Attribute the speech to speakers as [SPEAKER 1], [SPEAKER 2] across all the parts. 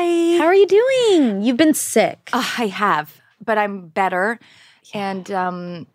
[SPEAKER 1] you doing? You've been sick.
[SPEAKER 2] Uh, I have, but I'm better. And um,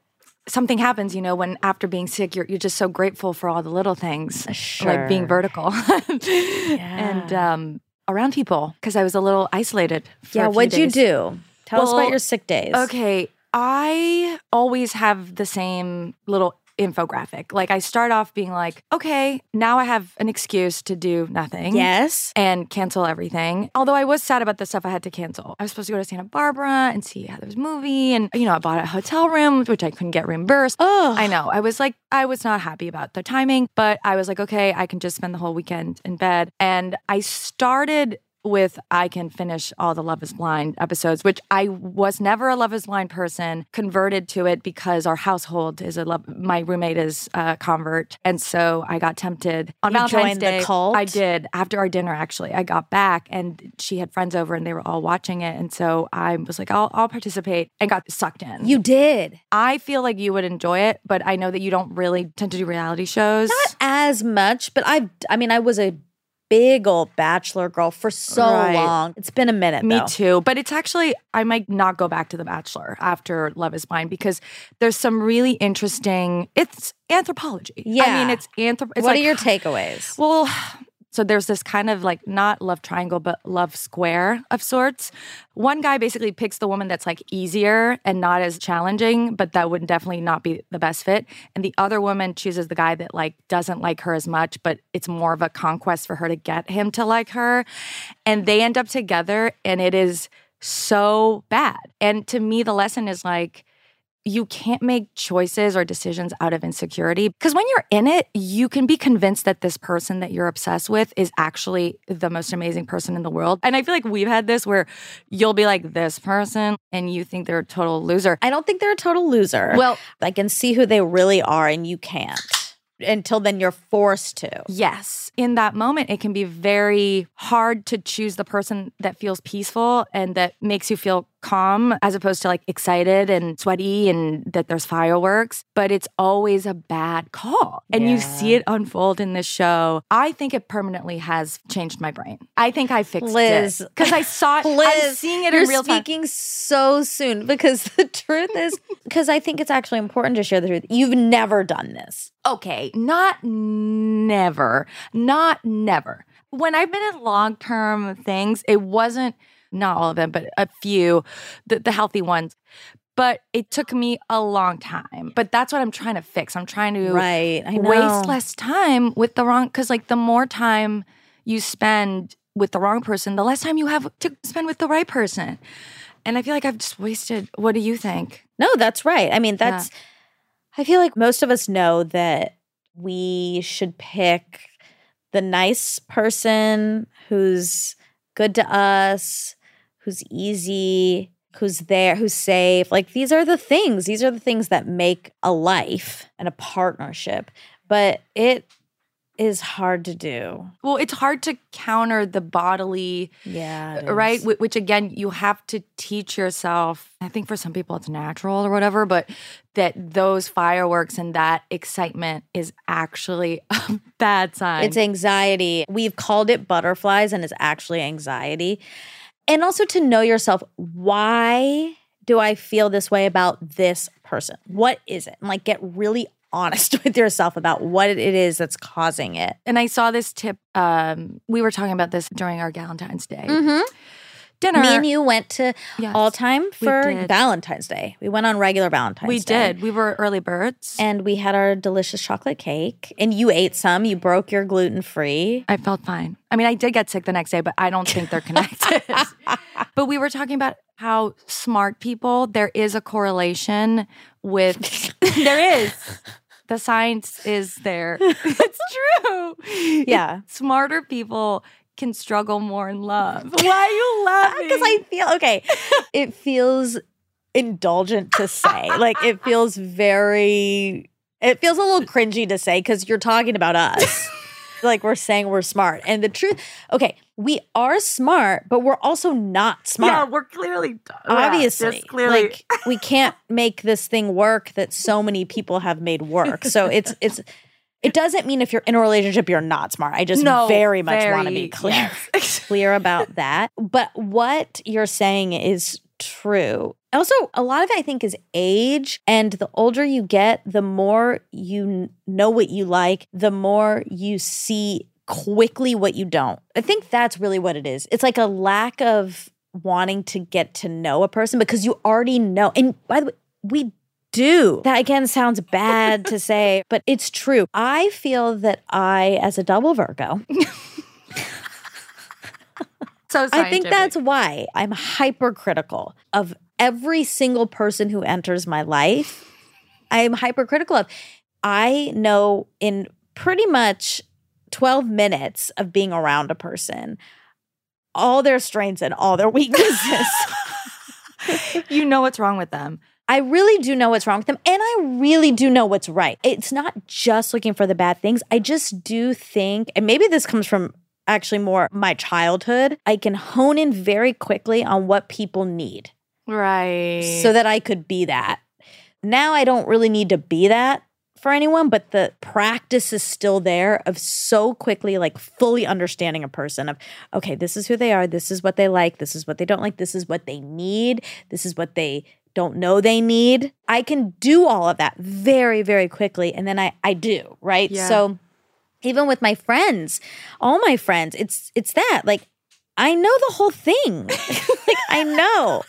[SPEAKER 2] something happens, you know, when after being sick, you're, you're just so grateful for all the little things,
[SPEAKER 1] Uh, Sure.
[SPEAKER 2] like being vertical and um, around people, because I was a little isolated. For
[SPEAKER 1] yeah,
[SPEAKER 2] a few
[SPEAKER 1] what'd you
[SPEAKER 2] days.
[SPEAKER 1] do? Tell us about
[SPEAKER 2] Well,
[SPEAKER 1] your sick days.
[SPEAKER 2] Okay. I always have the same little infographic. Like I start off being like, okay, now I have an excuse to do nothing.
[SPEAKER 1] Yes.
[SPEAKER 2] And cancel everything. Although I was sad about the stuff I had to cancel. I was supposed to go to Santa Barbara and see Heather's movie. And, you know, I bought a hotel room, which I couldn't get reimbursed.
[SPEAKER 1] Oh,
[SPEAKER 2] I know. I was like, I was not happy about the timing, but I was like, okay, I can just spend the whole weekend in bed. And I started with I can finish all the Love is Blind episodes, which I was never a Love is Blind person, converted to it because our household is a love, my roommate is a convert. And so I got tempted on
[SPEAKER 1] You
[SPEAKER 2] Valentine's
[SPEAKER 1] joined the
[SPEAKER 2] Day.
[SPEAKER 1] cult?
[SPEAKER 2] I did after our dinner, actually. I got back and she had friends over and they were all watching it. And so I was like, I'll, I'll participate and got sucked in.
[SPEAKER 1] You did.
[SPEAKER 2] I feel like you would enjoy it, but I know that you don't really tend to do reality shows.
[SPEAKER 1] Not as much, but I I mean I was a big old bachelor girl for so
[SPEAKER 2] Right.
[SPEAKER 1] long. It's been a minute
[SPEAKER 2] me
[SPEAKER 1] though.
[SPEAKER 2] too, but it's actually I might not go back to The Bachelor after Love Is Blind because there's some really interesting. It's anthropology. I
[SPEAKER 1] Yeah.
[SPEAKER 2] mean it's anthrop. It's
[SPEAKER 1] what
[SPEAKER 2] like,
[SPEAKER 1] are your takeaways?
[SPEAKER 2] Well, so there's this kind of like not love triangle, but love square of sorts. One guy basically picks the woman that's like easier and not as challenging, but that would definitely not be the best fit. And the other woman chooses the guy that like doesn't like her as much, but it's more of a conquest for her to get him to like her. And they end up together, and it is so bad. And to me, the lesson is like, you can't make choices or decisions out of insecurity because when you're in it, you can be convinced that this person that you're obsessed with is actually the most amazing person in the world. And I feel like we've had this where you'll be like this person and you think they're a total loser.
[SPEAKER 1] I don't think they're a total loser.
[SPEAKER 2] Well-
[SPEAKER 1] I can see who they really are and you can't. Until then you're forced to.
[SPEAKER 2] Yes, in that moment, it can be very hard to choose the person that feels peaceful and that makes you feel calm as opposed to like excited and sweaty and that there's fireworks. But it's always a bad call. And you
[SPEAKER 1] Yeah.
[SPEAKER 2] see it unfold in the show. I think it permanently has changed my brain. I think I fixed
[SPEAKER 1] Liz.
[SPEAKER 2] it. Because I saw it. I'm
[SPEAKER 1] Liz,
[SPEAKER 2] seeing it
[SPEAKER 1] you're
[SPEAKER 2] in real time.
[SPEAKER 1] speaking so soon because the truth is, because I think it's actually important to share the truth. You've never done this.
[SPEAKER 2] okay, not never, not never. When I've been in long term things, it wasn't not all of them, but a few, the, the healthy ones. But it took me a long time. But that's what I'm trying to fix. I'm trying to
[SPEAKER 1] Right. I know.
[SPEAKER 2] waste less time with the wrong, because like the more time you spend with the wrong person, the less time you have to spend with the right person. And I feel like I've just wasted. What do you think?
[SPEAKER 1] No, that's right. I mean, that's, I feel like most of us know that we should pick the nice person who's good to us, who's easy, who's there, who's safe. Like, these are the things, these are the things that make a life and a partnership. But it is hard to do.
[SPEAKER 2] Well, it's hard to counter the bodily
[SPEAKER 1] Yeah.
[SPEAKER 2] right Wh- which again you have to teach yourself i think for some people it's natural or whatever but that those fireworks and that excitement is actually a bad sign
[SPEAKER 1] It's anxiety. We've called it butterflies, and it's actually anxiety. And also to know yourself why do I feel this way about this person? What is it? And like get really honest with yourself about what it is that's causing it.
[SPEAKER 2] and i saw this tip um, we were talking about this during our valentine's day
[SPEAKER 1] Mm-hmm.
[SPEAKER 2] dinner
[SPEAKER 1] Me and you went to
[SPEAKER 2] Yes,
[SPEAKER 1] all time
[SPEAKER 2] we
[SPEAKER 1] for
[SPEAKER 2] did.
[SPEAKER 1] Valentine's Day. We went on regular Valentine's
[SPEAKER 2] we
[SPEAKER 1] Day.
[SPEAKER 2] did we were early birds
[SPEAKER 1] And we had our delicious chocolate cake, and you ate some. You broke your gluten free.
[SPEAKER 2] I felt fine. I mean, I did get sick the next day, but I don't think they're connected. but we were talking about how smart people, there is a correlation with, there is. The science is there. It's true.
[SPEAKER 1] Yeah.
[SPEAKER 2] Smarter people can struggle more in love. Why are you laughing?
[SPEAKER 1] because I feel okay. It feels indulgent to say. like it feels very. It feels a little cringy to say because you're talking about us. like we're saying we're smart, and the truth. Okay, we are smart, but we're also not
[SPEAKER 2] yeah,
[SPEAKER 1] smart.
[SPEAKER 2] we're clearly yeah,
[SPEAKER 1] Obviously,
[SPEAKER 2] just clearly.
[SPEAKER 1] like we can't make this thing work that so many people have made work. So it's it's It doesn't mean if you're in a relationship, you're not smart. I just
[SPEAKER 2] No,
[SPEAKER 1] very much want to
[SPEAKER 2] very-
[SPEAKER 1] be clear.
[SPEAKER 2] yes.
[SPEAKER 1] clear about that. But what you're saying is true. Also, a lot of it, I think, is age. And the older you get, the more you n- know what you like, the more you see quickly what you don't. I think that's really what it is. It's like a lack of wanting to get to know a person because you already know. And by the way, we do. That again sounds bad to say, but it's true. I feel that I, as a double Virgo,
[SPEAKER 2] so
[SPEAKER 1] I think
[SPEAKER 2] scientific.
[SPEAKER 1] that's why I'm hypercritical of every single person who enters my life. I'm hypercritical of. I know in pretty much 12 minutes of being around a person all their strengths and all their weaknesses.
[SPEAKER 2] you know what's wrong with them.
[SPEAKER 1] I really do know what's wrong with them and I really do know what's right. It's not just looking for the bad things. I just do think, and maybe this comes from actually more my childhood, I can hone in very quickly on what people need
[SPEAKER 2] Right.
[SPEAKER 1] so that I could be that. Now I don't really need to be that for anyone, but the practice is still there of so quickly like fully understanding a person of okay, this is who they are, this is what they like, this is what they don't like, this is what they need, this is what they don't know they need. I can do all of that very very quickly and then I I do, right?
[SPEAKER 2] Yeah.
[SPEAKER 1] So even with my friends, all my friends, it's it's that like I know the whole thing. like I know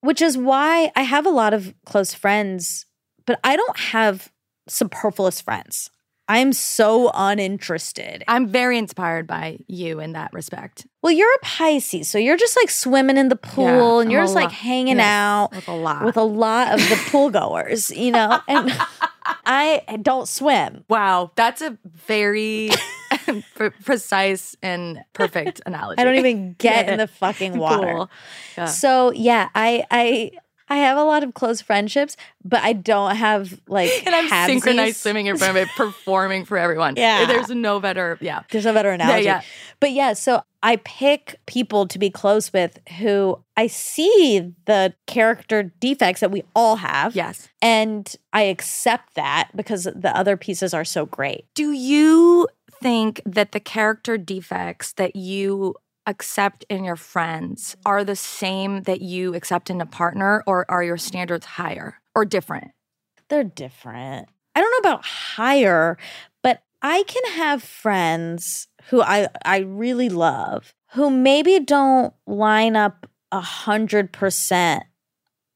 [SPEAKER 1] which is why I have a lot of close friends, but I don't have superfluous friends. I'm so uninterested.
[SPEAKER 2] I'm very inspired by you in that respect.
[SPEAKER 1] Well, you're a Pisces, so you're just like swimming in the pool
[SPEAKER 2] Yeah,
[SPEAKER 1] and you're
[SPEAKER 2] I'm a
[SPEAKER 1] just like
[SPEAKER 2] lot-
[SPEAKER 1] hanging
[SPEAKER 2] Yes,
[SPEAKER 1] out
[SPEAKER 2] with a lot.
[SPEAKER 1] with a lot of the pool goers, you know? And I don't swim.
[SPEAKER 2] wow, that's a very pre- precise and perfect analogy.
[SPEAKER 1] I don't even get
[SPEAKER 2] Yeah.
[SPEAKER 1] in the fucking water.
[SPEAKER 2] Cool. Yeah.
[SPEAKER 1] So, yeah, I I I have a lot of close friendships, but I don't have like
[SPEAKER 2] and I'm
[SPEAKER 1] halvesies.
[SPEAKER 2] synchronized swimming in front of it, performing for everyone.
[SPEAKER 1] Yeah.
[SPEAKER 2] There's no better. Yeah.
[SPEAKER 1] There's no better analogy.
[SPEAKER 2] yeah.
[SPEAKER 1] But yeah, so I pick people to be close with who I see the character defects that we all have.
[SPEAKER 2] Yes.
[SPEAKER 1] And I accept that because the other pieces are so great.
[SPEAKER 2] Do you think that the character defects that you accept in your friends are the same that you accept in a partner, or are your standards higher or different?
[SPEAKER 1] They're different. I don't know about higher, but I can have friends who I, I really love who maybe don't line up a hundred percent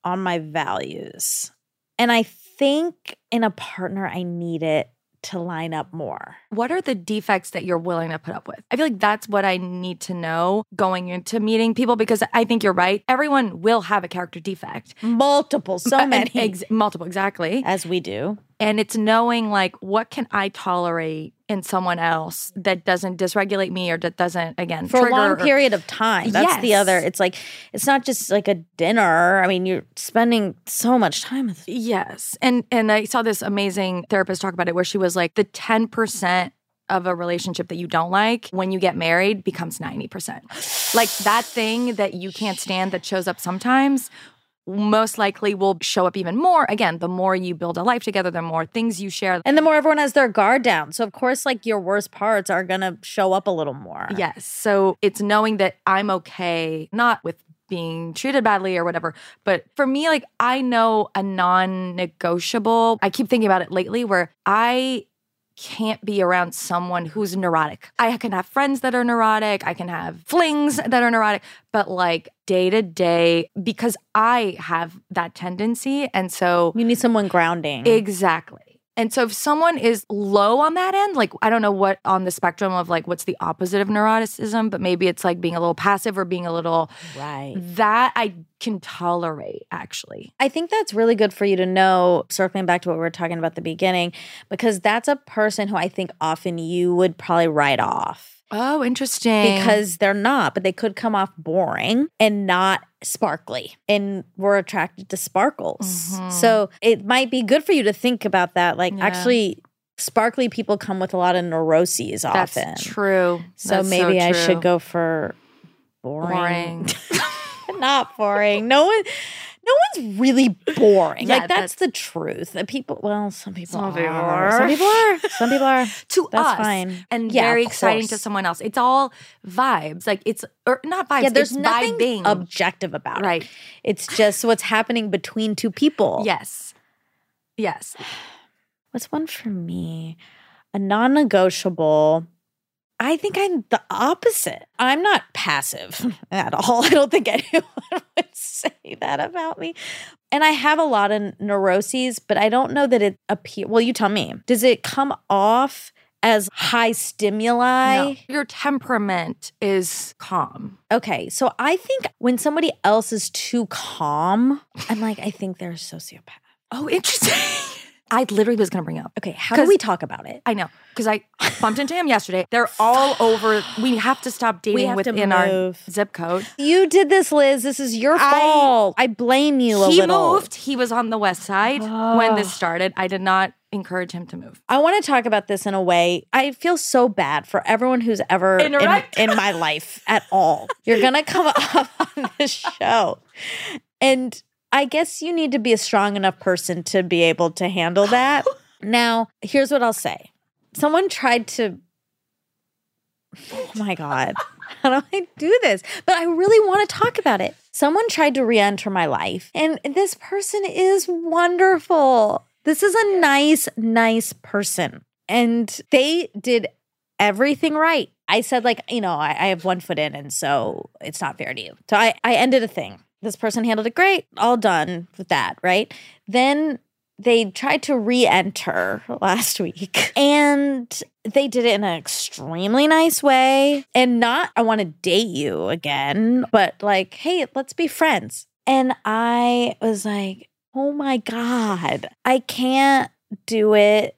[SPEAKER 1] on my values. And I think in a partner, I need it to line up more.
[SPEAKER 2] What are the defects that you're willing to put up with? I feel like that's what I need to know going into meeting people because I think you're right. Everyone will have a character defect.
[SPEAKER 1] Multiple, so
[SPEAKER 2] And
[SPEAKER 1] many,
[SPEAKER 2] ex- multiple, exactly.
[SPEAKER 1] as we do.
[SPEAKER 2] And it's knowing like what can I tolerate in someone else that doesn't dysregulate me or that doesn't again
[SPEAKER 1] For a
[SPEAKER 2] trigger
[SPEAKER 1] long
[SPEAKER 2] or-
[SPEAKER 1] period of time. That's the
[SPEAKER 2] Yes.
[SPEAKER 1] other. It's like, it's not just like a dinner. I mean, you're spending so much time with
[SPEAKER 2] Yes. And and I saw this amazing therapist talk about it where she was like the 10% of a relationship that you don't like when you get married becomes 90%. Like that thing that you can't stand that shows up sometimes most likely will show up even more. Again, the more you build a life together, the more things you share.
[SPEAKER 1] And the more everyone has their guard down. So, of course, like your worst parts are going to show up a little more.
[SPEAKER 2] Yes. So it's knowing that I'm okay, not with being treated badly or whatever. But for me, like, I know a non negotiable, I keep thinking about it lately where I can't be around someone who's neurotic. I can have friends that are neurotic, I can have flings that are neurotic, but like day to day, because I have that tendency. And so
[SPEAKER 1] You need someone grounding.
[SPEAKER 2] Mm-hmm. Exactly. And so if someone is low on that end, like I don't know what on the spectrum of like what's the opposite of neuroticism, but maybe it's like being a little passive or being a little
[SPEAKER 1] right.
[SPEAKER 2] that I can tolerate actually.
[SPEAKER 1] I think that's really good for you to know, circling back to what we were talking about at the beginning, because that's a person who I think often you would probably write off
[SPEAKER 2] Oh, interesting.
[SPEAKER 1] because they're not, but they could come off boring and not sparkly. And we're attracted to sparkles.
[SPEAKER 2] Mhm.
[SPEAKER 1] So, it might be good for you to think about that. Like,
[SPEAKER 2] Yeah.
[SPEAKER 1] actually, sparkly people come with a lot of neuroses
[SPEAKER 2] that's
[SPEAKER 1] often.
[SPEAKER 2] true.
[SPEAKER 1] So
[SPEAKER 2] That's
[SPEAKER 1] maybe I
[SPEAKER 2] true.
[SPEAKER 1] should go for boring.
[SPEAKER 2] boring.
[SPEAKER 1] Not boring. No one no that's really boring.
[SPEAKER 2] Yeah,
[SPEAKER 1] like that's, the truth. And people, well, some people,
[SPEAKER 2] Some
[SPEAKER 1] are.
[SPEAKER 2] people are.
[SPEAKER 1] Some people are. Some people are.
[SPEAKER 2] to
[SPEAKER 1] That's
[SPEAKER 2] us
[SPEAKER 1] fine.
[SPEAKER 2] and
[SPEAKER 1] Yeah,
[SPEAKER 2] very
[SPEAKER 1] of
[SPEAKER 2] exciting to
[SPEAKER 1] course.
[SPEAKER 2] someone else. It's all vibes. Like it's or not vibes.
[SPEAKER 1] Yeah, there's
[SPEAKER 2] it's
[SPEAKER 1] nothing
[SPEAKER 2] vibing.
[SPEAKER 1] objective about it.
[SPEAKER 2] Right.
[SPEAKER 1] It's just what's happening between two people.
[SPEAKER 2] Yes. Yes.
[SPEAKER 1] What's one for me? A non negotiable. I think I'm the opposite. I'm not passive at all. I don't think anyone would say that about me. And I have a lot of neuroses, but I don't know that it appear. Well, you tell me. Does it come off as high stimuli?
[SPEAKER 2] No. Your temperament is calm.
[SPEAKER 1] Okay, so I think when somebody else is too calm, I'm like, I think they're a sociopath.
[SPEAKER 2] Oh, interesting. I literally was going to bring up.
[SPEAKER 1] Okay, how do
[SPEAKER 2] 'Cause-
[SPEAKER 1] we talk about it?
[SPEAKER 2] I know because I bumped into him yesterday. They're all over. We have to stop dating
[SPEAKER 1] have to
[SPEAKER 2] within our
[SPEAKER 1] move.
[SPEAKER 2] zip code.
[SPEAKER 1] You did this, Liz. This is your
[SPEAKER 2] I-
[SPEAKER 1] fault. I blame you a
[SPEAKER 2] he
[SPEAKER 1] little.
[SPEAKER 2] moved. He was on the west side when this started. I did not encourage him to move.
[SPEAKER 1] I want to talk about this in a way. I feel so bad for everyone who's ever in,
[SPEAKER 2] Interact.
[SPEAKER 1] in my life at all. You're going to come up on this show. And I guess you need to be a strong enough person to be able to handle that. Now, here's what I'll say someone tried to. Oh my God. How do I do this? But I really want to talk about it. Someone tried to re enter my life, and this person is wonderful. This is a nice, nice person. And they did everything right. I said, like, you know, I, I have one foot in, and so it's not fair to you. So I, I ended a thing. This person handled it great. All done with that, right? Then they tried to re enter last week, and they did it in an extremely nice way. And not, I want to date you again, but like, hey, let's be friends. And I was like, oh my God, I can't do it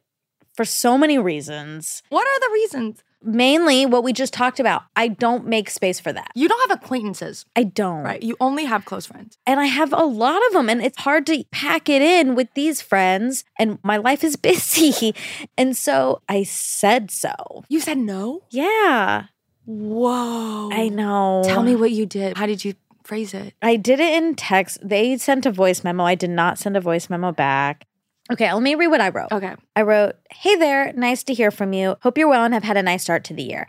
[SPEAKER 1] for so many reasons
[SPEAKER 2] What are the reasons?
[SPEAKER 1] mainly what we just talked about. I don't make space for that.
[SPEAKER 2] You don't have acquaintances,
[SPEAKER 1] I don't.
[SPEAKER 2] right? You only have close friends.
[SPEAKER 1] And I have a lot of them, and it's hard to pack it in with these friends, and my life is busy. And so I said so.
[SPEAKER 2] You said no?
[SPEAKER 1] Yeah,
[SPEAKER 2] Whoa.
[SPEAKER 1] I know.
[SPEAKER 2] Tell me what you did. How did you phrase it?
[SPEAKER 1] I did it in text. They sent a voice memo. I did not send a voice memo back. Okay, let me read what I wrote.
[SPEAKER 2] Okay.
[SPEAKER 1] I wrote, Hey there, nice to hear from you. Hope you're well and have had a nice start to the year.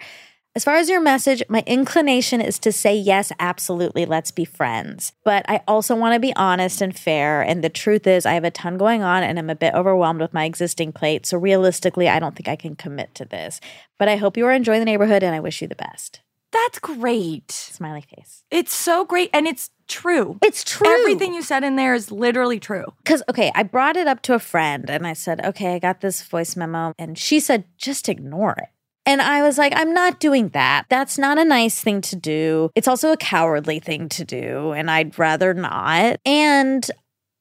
[SPEAKER 1] As far as your message, my inclination is to say yes, absolutely, let's be friends. But I also want to be honest and fair. And the truth is, I have a ton going on and I'm a bit overwhelmed with my existing plate. So realistically, I don't think I can commit to this. But I hope you are enjoying the neighborhood and I wish you the best.
[SPEAKER 2] That's great.
[SPEAKER 1] Smiley face.
[SPEAKER 2] It's so great. And it's true.
[SPEAKER 1] It's true.
[SPEAKER 2] Everything you said in there is literally true.
[SPEAKER 1] Because, okay, I brought it up to a friend and I said, okay, I got this voice memo. And she said, just ignore it. And I was like, I'm not doing that. That's not a nice thing to do. It's also a cowardly thing to do. And I'd rather not. And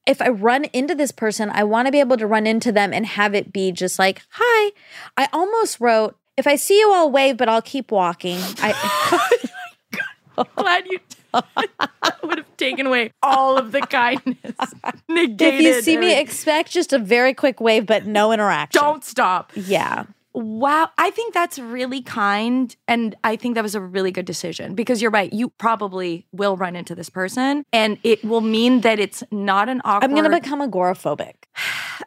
[SPEAKER 1] if I run into this person, I want to be able to run into them and have it be just like, hi. I almost wrote, if I see you, I'll wave, but I'll keep walking. I.
[SPEAKER 2] Glad you would have taken away all of the kindness. Negated.
[SPEAKER 1] If you see me,
[SPEAKER 2] everything.
[SPEAKER 1] expect just a very quick wave, but no interaction.
[SPEAKER 2] don't stop.
[SPEAKER 1] Yeah.
[SPEAKER 2] Wow. I think that's really kind. And I think that was a really good decision because you're right. You probably will run into this person and it will mean that it's not an awkward.
[SPEAKER 1] I'm going to become agoraphobic.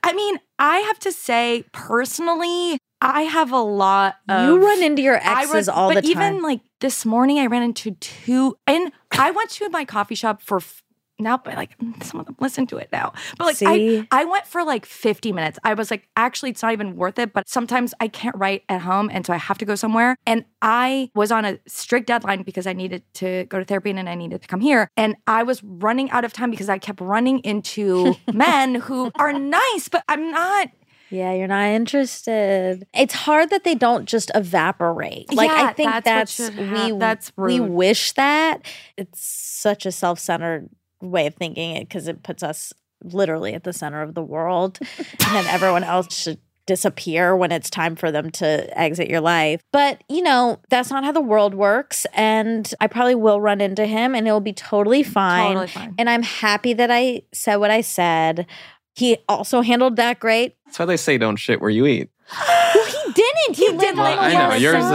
[SPEAKER 2] I mean, I have to say personally, I have a lot of.
[SPEAKER 1] You run into your
[SPEAKER 2] I
[SPEAKER 1] exes
[SPEAKER 2] run-
[SPEAKER 1] all the
[SPEAKER 2] but
[SPEAKER 1] time.
[SPEAKER 2] even like this morning, I ran into two, and I went to my coffee shop for f- now, but like some of them listen to it now. But like I,
[SPEAKER 1] See?
[SPEAKER 2] I went for like 50 minutes. I was like, actually, it's not even worth it. But sometimes I can't write at home, and so I have to go somewhere. And I was on a strict deadline because I needed to go to therapy and then I needed to come here, and I was running out of time because I kept running into men who are nice, but I'm not.
[SPEAKER 1] yeah, you're not interested. It's hard that they don't just evaporate. Like
[SPEAKER 2] Yeah,
[SPEAKER 1] I think
[SPEAKER 2] that's
[SPEAKER 1] that's,
[SPEAKER 2] what should
[SPEAKER 1] we
[SPEAKER 2] hap- that's
[SPEAKER 1] we
[SPEAKER 2] rude.
[SPEAKER 1] wish that. It's such a self-centered way of thinking it because it puts us literally at the center of the world and then everyone else should disappear when it's time for them to exit your life. But, you know, that's not how the world works and I probably will run into him and it'll be totally fine.
[SPEAKER 2] Totally fine.
[SPEAKER 1] And I'm happy that I said what I said. He also handled that great.
[SPEAKER 3] That's why they say don't shit where you eat.
[SPEAKER 1] Well, he didn't. He, did
[SPEAKER 3] Well, I know. Yours is-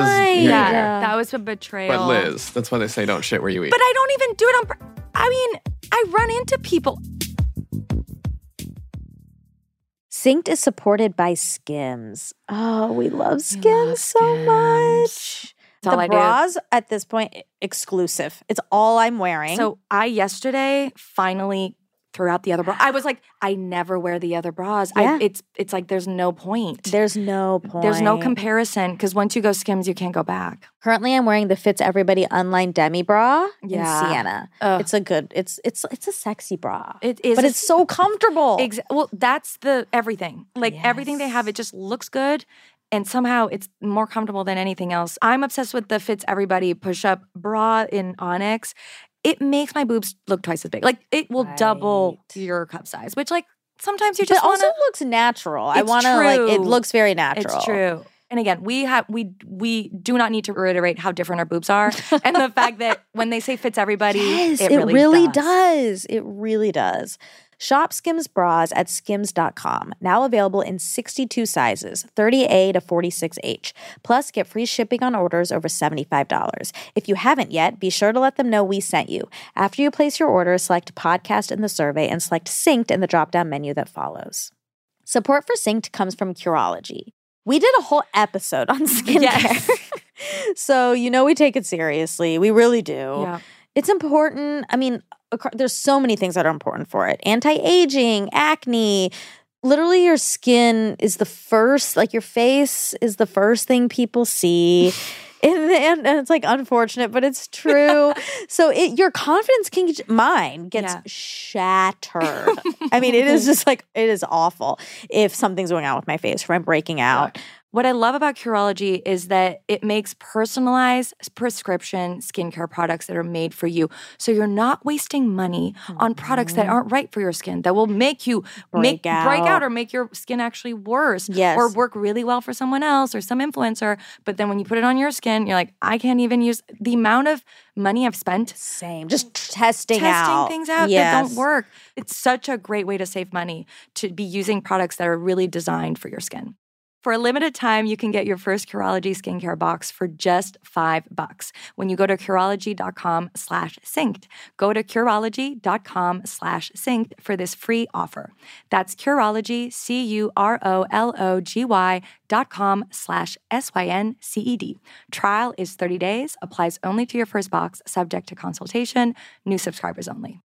[SPEAKER 2] Yeah,
[SPEAKER 3] Yeah.
[SPEAKER 2] that was a betrayal.
[SPEAKER 3] But Liz, that's why they say don't shit where you eat.
[SPEAKER 2] But I don't even do it on. pur- I mean, I run into people.
[SPEAKER 1] Synced is supported by Skims. Oh, we love Skims
[SPEAKER 2] love
[SPEAKER 1] so much.
[SPEAKER 2] Skims. That's all
[SPEAKER 1] the
[SPEAKER 2] I do.
[SPEAKER 1] bras at this point e, exclusive. It's all I'm wearing.
[SPEAKER 2] So I yesterday finally threw out the other bra. I was like, I never wear the other bras.
[SPEAKER 1] Yeah.
[SPEAKER 2] I, it's it's like there's no point.
[SPEAKER 1] there's no point.
[SPEAKER 2] There's no comparison because once you go skims, you can't go back.
[SPEAKER 1] Currently, I'm wearing the Fits Everybody Online Demi Bra
[SPEAKER 2] Yeah.
[SPEAKER 1] in Sienna.
[SPEAKER 2] Ugh.
[SPEAKER 1] It's a good. It's it's it's a sexy bra,
[SPEAKER 2] It is,
[SPEAKER 1] but it's so comfortable.
[SPEAKER 2] ex- well. That's the everything. Like everything they have, it just looks good, and somehow it's more comfortable than anything else. I'm obsessed with the fits everybody push up bra in Onyx. It makes my boobs look twice as big. Like it will double
[SPEAKER 1] Right.
[SPEAKER 2] your cup size, which like sometimes you
[SPEAKER 1] But
[SPEAKER 2] just
[SPEAKER 1] it also
[SPEAKER 2] wanna-
[SPEAKER 1] looks natural. I
[SPEAKER 2] It's
[SPEAKER 1] want to like. It
[SPEAKER 2] true.
[SPEAKER 1] looks very natural.
[SPEAKER 2] It's true. And again, we have we we do not need to reiterate how different our boobs are, and the fact that when they say fits everybody,
[SPEAKER 1] Yes,
[SPEAKER 2] it, really,
[SPEAKER 1] does. It really does. Shop Skims bras at skims.com. Now available in 62 sizes, 30A to 46H. Plus, get free shipping on orders over $75. If you haven't yet, be sure to let them know we sent you. After you place your order, select podcast in the survey and select synced in the drop down menu that follows. Support for Synced comes from Curology. We did a whole episode on skincare.
[SPEAKER 2] Yes.
[SPEAKER 1] so, you know, we take it seriously. We really do
[SPEAKER 2] Yeah.
[SPEAKER 1] it's important. I mean, acro- there's so many things that are important for it anti aging, acne. Literally, your skin is the first, like your face is the first thing people see. And, and, and it's like unfortunate, but it's true. so it, your confidence can get, mine gets
[SPEAKER 2] Yeah.
[SPEAKER 1] shattered. I mean, it is just like it is awful if something's going on with my face, if I'm breaking out.
[SPEAKER 2] What I love about Curology is that it makes personalized prescription skincare products that are made for you. So you're not wasting money on products that aren't right for your skin that will make you make
[SPEAKER 1] Break out.
[SPEAKER 2] break out or make your skin actually worse
[SPEAKER 1] Yes.
[SPEAKER 2] or work really well for someone else or some influencer, but then when you put it on your skin, you're like, I can't even use the amount of money I've spent
[SPEAKER 1] Same, just testing,
[SPEAKER 2] testing
[SPEAKER 1] out
[SPEAKER 2] things out that
[SPEAKER 1] Yes.
[SPEAKER 2] don't work. It's such a great way to save money to be using products that are really designed for your skin. For a limited time, you can get your first Curology skincare box for just five bucks when you go to Curology.com slash synced. Go to Curology.com slash synced for this free offer. That's Curology, C-U-R-O-L-O-G-Y dot com slash S-Y-N-C-E-D. E Trial is 30 days, applies only to your first box, subject to consultation, new subscribers only.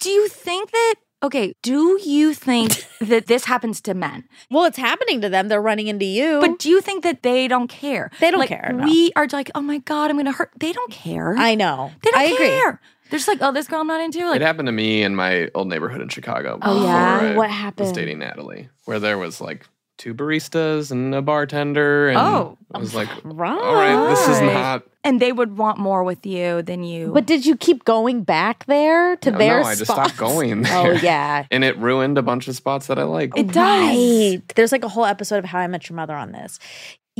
[SPEAKER 2] Do you think that, okay, do you think that this happens to men?
[SPEAKER 1] Well, it's happening to them. They're running into you.
[SPEAKER 2] But do you think that they don't care?
[SPEAKER 1] They don't
[SPEAKER 2] Like,
[SPEAKER 1] care, no.
[SPEAKER 2] We are like, oh my God, I'm going to hurt. They don't care.
[SPEAKER 1] I know.
[SPEAKER 2] they don't
[SPEAKER 1] I agree.
[SPEAKER 2] care. They're just like, oh, this girl I'm not into. Like,
[SPEAKER 3] it happened to me in my old neighborhood in Chicago.
[SPEAKER 2] Oh,
[SPEAKER 3] before
[SPEAKER 2] yeah?
[SPEAKER 3] I
[SPEAKER 1] What
[SPEAKER 3] Was
[SPEAKER 1] happened?
[SPEAKER 3] dating Natalie, where there was like two baristas and a bartender, and
[SPEAKER 2] Oh.
[SPEAKER 3] I was like,
[SPEAKER 1] Right.
[SPEAKER 3] all right, this is not.
[SPEAKER 2] and they would want more with you than you.
[SPEAKER 1] But did you keep going back there to
[SPEAKER 3] No,
[SPEAKER 1] their
[SPEAKER 3] no, I just stopped
[SPEAKER 1] spots?
[SPEAKER 3] going
[SPEAKER 1] Oh
[SPEAKER 3] there.
[SPEAKER 1] yeah.
[SPEAKER 3] And it ruined a bunch of spots that I liked.
[SPEAKER 2] It does.
[SPEAKER 1] Right. There's like a whole episode of How I Met Your Mother on this.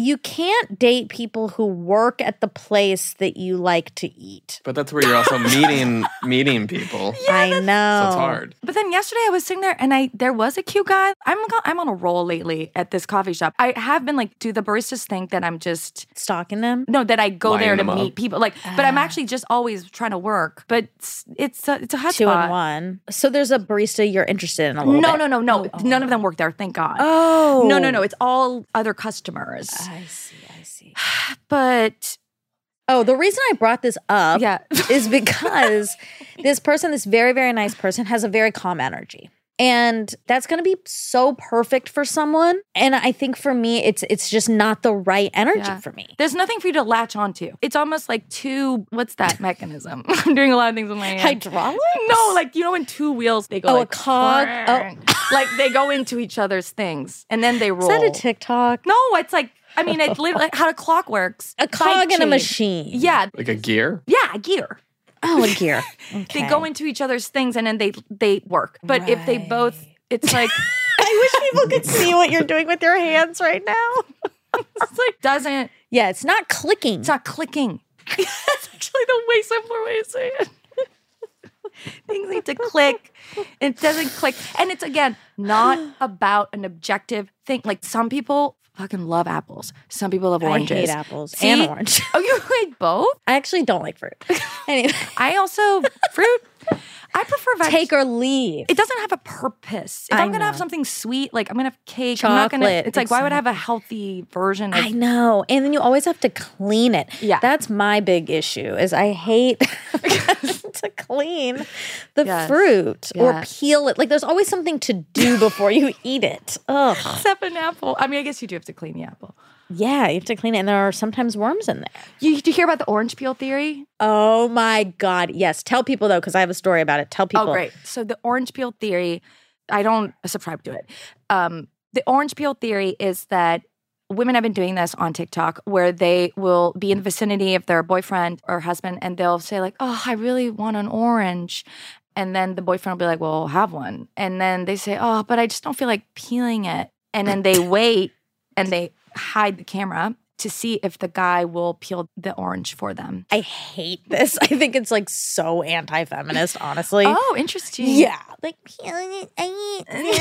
[SPEAKER 1] You can't date people who work at the place that you like to eat.
[SPEAKER 3] but that's where you're also meeting meeting people.
[SPEAKER 1] I know.
[SPEAKER 3] So
[SPEAKER 2] Oh.
[SPEAKER 3] it's hard.
[SPEAKER 2] But then yesterday I was sitting there and I there was a cute guy. I'm go- I'm on a roll lately at this coffee shop. I have been like, do the baristas think that I'm just
[SPEAKER 1] Stalking them.
[SPEAKER 2] no that I go
[SPEAKER 3] Lining
[SPEAKER 2] there to
[SPEAKER 3] them
[SPEAKER 2] meet
[SPEAKER 3] up.
[SPEAKER 2] people like, but
[SPEAKER 1] Ah.
[SPEAKER 2] I'm actually just always trying to work. But it's it's a, it's a hot
[SPEAKER 1] Two
[SPEAKER 2] spot.
[SPEAKER 1] and one. So there's a barista you're interested in a little
[SPEAKER 2] No,
[SPEAKER 1] bit.
[SPEAKER 2] no, no, no. None of them work there. Thank God.
[SPEAKER 1] Oh. Ah.
[SPEAKER 2] No, no, no. It's all other customers.
[SPEAKER 1] I see. I see.
[SPEAKER 2] But
[SPEAKER 1] Oh, the reason I brought this up
[SPEAKER 2] Yeah.
[SPEAKER 1] is because this person, this very, very nice person, has a very calm energy. And that's gonna be so perfect for someone. And I think for me, it's it's just not the right energy
[SPEAKER 2] Yeah.
[SPEAKER 1] for me.
[SPEAKER 2] there's nothing for you to latch onto. It's almost like two. What's that mechanism? I'm doing a lot of things with my hands.
[SPEAKER 1] Hydraulics?
[SPEAKER 2] No, like you know, when two wheels they go
[SPEAKER 1] Oh, a
[SPEAKER 2] like,
[SPEAKER 1] cog? Oh.
[SPEAKER 2] like they go into each other's things and then they
[SPEAKER 1] Is
[SPEAKER 2] roll.
[SPEAKER 1] that a TikTok?
[SPEAKER 2] No, it's like I mean, it literally how a clock works.
[SPEAKER 1] A
[SPEAKER 2] Bike
[SPEAKER 1] cog in a
[SPEAKER 2] chain.
[SPEAKER 1] machine.
[SPEAKER 2] Yeah,
[SPEAKER 3] Like a gear.
[SPEAKER 2] yeah, a gear.
[SPEAKER 1] Oh, a gear.
[SPEAKER 2] They go into each other's things and then they they work. But if they both, it's like
[SPEAKER 1] I wish people could see what you're doing with your hands right now.
[SPEAKER 2] it's like doesn't
[SPEAKER 1] Yeah, it's not clicking.
[SPEAKER 2] it's not clicking. That's actually the way simpler way to say it. Things need to click. It doesn't click. And it's again not about an objective thing. Like some people fucking love apples. Some people love
[SPEAKER 1] I hate
[SPEAKER 2] oranges.
[SPEAKER 1] apples
[SPEAKER 2] See?
[SPEAKER 1] and orange.
[SPEAKER 2] Oh, you like both?
[SPEAKER 1] I actually don't like fruit. Anyway,
[SPEAKER 2] I also fruit. I prefer veg-
[SPEAKER 1] take or leave.
[SPEAKER 2] It doesn't have a purpose. If
[SPEAKER 1] I
[SPEAKER 2] I am gonna have
[SPEAKER 1] know.
[SPEAKER 2] something sweet, like I'm gonna have cake, I'm not gonna.
[SPEAKER 1] Chocolate,
[SPEAKER 2] It's like why would I have a healthy version? Of,
[SPEAKER 1] I know. And then you always have to clean it.
[SPEAKER 2] Yeah.
[SPEAKER 1] That's my big issue is I hate to clean the
[SPEAKER 2] Yes.
[SPEAKER 1] fruit or
[SPEAKER 2] Yes.
[SPEAKER 1] peel it. Like there's always something to do before you eat it. Ugh.
[SPEAKER 2] except an apple. I mean, I guess you do have to clean the apple.
[SPEAKER 1] Yeah, you have to clean it. And there are sometimes worms in there.
[SPEAKER 2] You, did you hear about the orange peel theory?
[SPEAKER 1] Oh my God. Yes. Tell people though, because I have a story about it. Tell people.
[SPEAKER 2] Oh, great. So the orange peel theory, I don't subscribe to it. Um, the orange peel theory is that women have been doing this on TikTok where they will be in the vicinity of their boyfriend or husband and they'll say, like, oh, I really want an orange. And then the boyfriend will be like, well, have one. And then they say, oh, but I just don't feel like peeling it. And then they wait and they hide the camera to see if the guy will peel the orange for them.
[SPEAKER 1] I hate this. I think it's like so anti feminist, honestly.
[SPEAKER 2] Oh, interesting.
[SPEAKER 1] Yeah. Like peeling it. I eat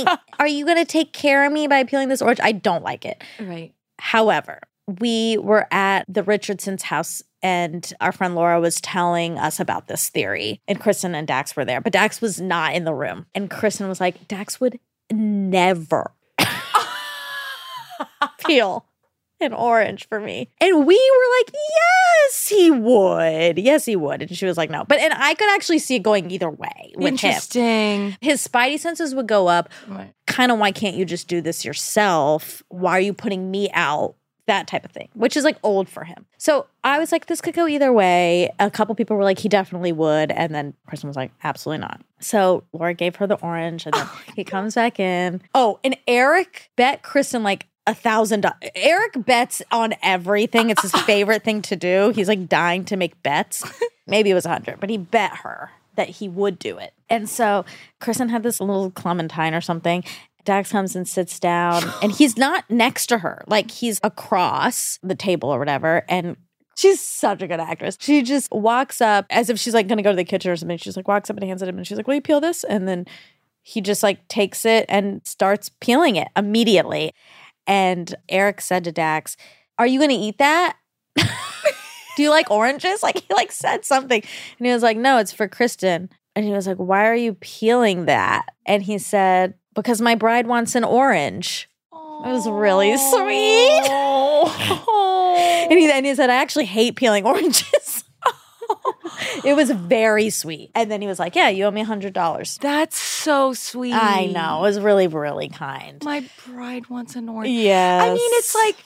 [SPEAKER 1] it. Like, are you gonna take care of me by peeling this orange? I don't like it.
[SPEAKER 2] Right.
[SPEAKER 1] However, we were at the Richardson's house and our friend Laura was telling us about this theory. And Kristen and Dax were there, but Dax was not in the room. And Kristen was like, Dax would never peel an orange for me. And we were like, yes, he would. Yes, he would. And she was like, no. But and I could actually see it going either way with him.
[SPEAKER 2] Interesting.
[SPEAKER 1] His spidey senses would go up
[SPEAKER 2] Right.
[SPEAKER 1] kind of why can't you just do this yourself? Why are you putting me out? That type of thing, which is like old for him. So I was like, this could go either way. A couple people were like, he definitely would. And then Kristen was like, absolutely not. So Laura gave her the orange and then he comes back in. Oh, and Eric bet Kristen like a thousand dollars. Eric bets on everything. It's his favorite thing to do. He's like dying to make bets. Maybe it was a hundred, but he bet her that he would do it. And so Kristen had this little clementine or something. Dax comes and sits down, and he's not next to her. Like he's across the table or whatever. And she's such a good actress. She just walks up as if she's like going to go to the kitchen or something. She's like, walks up and hands it him, and she's like, Will you peel this? And then he just like takes it and starts peeling it immediately. And Eric said to Dax, Are you going to eat that? Do you like oranges? Like he like said something. And he was like, No, it's for Kristen. And he was like, Why are you peeling that? And he said, Because my bride wants an orange. It was really sweet. And he, and he said, I actually hate peeling oranges. it was very sweet. And then he was like, Yeah, you owe me $100.
[SPEAKER 2] That's so sweet.
[SPEAKER 1] I know. It was really, really kind.
[SPEAKER 2] My bride wants an orange.
[SPEAKER 1] Yes.
[SPEAKER 2] I mean, it's like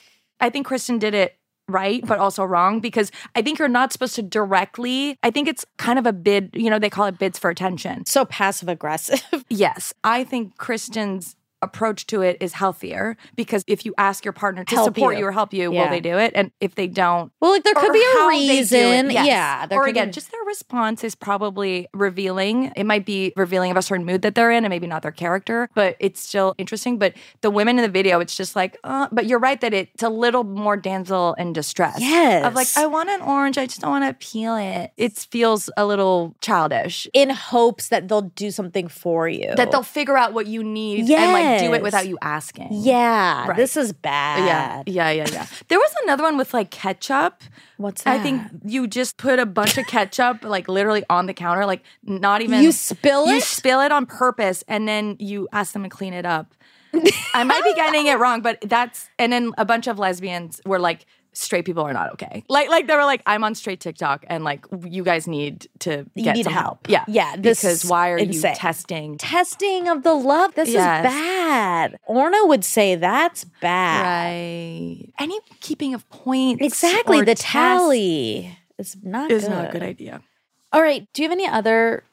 [SPEAKER 2] I think Kristen did it right, but also wrong because I think you're not supposed to directly. I think it's kind of a bid. You know, they call it bids for attention.
[SPEAKER 1] so passive aggressive.
[SPEAKER 2] Yes, I think Kristen's approach to it is healthier because if you ask your partner to
[SPEAKER 1] Help
[SPEAKER 2] support
[SPEAKER 1] you.
[SPEAKER 2] you. or help you,
[SPEAKER 1] Yeah.
[SPEAKER 2] will they do it? And if they don't,
[SPEAKER 1] Well, like there could
[SPEAKER 2] or
[SPEAKER 1] be a
[SPEAKER 2] how they do it.
[SPEAKER 1] reason.
[SPEAKER 2] Yes.
[SPEAKER 1] Yeah. There
[SPEAKER 2] or
[SPEAKER 1] could
[SPEAKER 2] again,
[SPEAKER 1] be-
[SPEAKER 2] just their response is probably revealing. It might be revealing of a certain mood that they're in and maybe not their character, but it's still interesting. But the women in the video, it's just like, uh, but you're right that it's a little more damsel in distress.
[SPEAKER 1] Yes.
[SPEAKER 2] Of like, I want an orange, I just don't want to peel it. It feels a little childish.
[SPEAKER 1] in hopes that they'll do something for you.
[SPEAKER 2] That they'll figure out what you need and like do
[SPEAKER 1] Yes.
[SPEAKER 2] it without you asking.
[SPEAKER 1] Yeah.
[SPEAKER 2] Right.
[SPEAKER 1] This is
[SPEAKER 2] Yeah.
[SPEAKER 1] bad.
[SPEAKER 2] Yeah. Yeah. Yeah. There was another one with like ketchup.
[SPEAKER 1] What's
[SPEAKER 2] I think you just put a bunch of ketchup, like literally on the counter, like not even.
[SPEAKER 1] you spill
[SPEAKER 2] You
[SPEAKER 1] it.
[SPEAKER 2] spill it on purpose, and then you ask them to clean it up. I might be getting it wrong, but that's and then a bunch of lesbians were like, straight people are not okay. Like, like they were like, I'm on straight TikTok, and like you guys need to
[SPEAKER 1] You
[SPEAKER 2] get
[SPEAKER 1] need
[SPEAKER 2] some
[SPEAKER 1] help.
[SPEAKER 2] Yeah,
[SPEAKER 1] Yeah, this
[SPEAKER 2] because
[SPEAKER 1] is
[SPEAKER 2] why are
[SPEAKER 1] insane.
[SPEAKER 2] you testing?
[SPEAKER 1] Testing of the love. This
[SPEAKER 2] Yes.
[SPEAKER 1] is bad. Orna would say that's bad.
[SPEAKER 2] Right. Any keeping of points.
[SPEAKER 1] Exactly.
[SPEAKER 2] or
[SPEAKER 1] The
[SPEAKER 2] tests
[SPEAKER 1] tally is not
[SPEAKER 2] is
[SPEAKER 1] good.
[SPEAKER 2] not a good idea.
[SPEAKER 1] All right. Do you have any other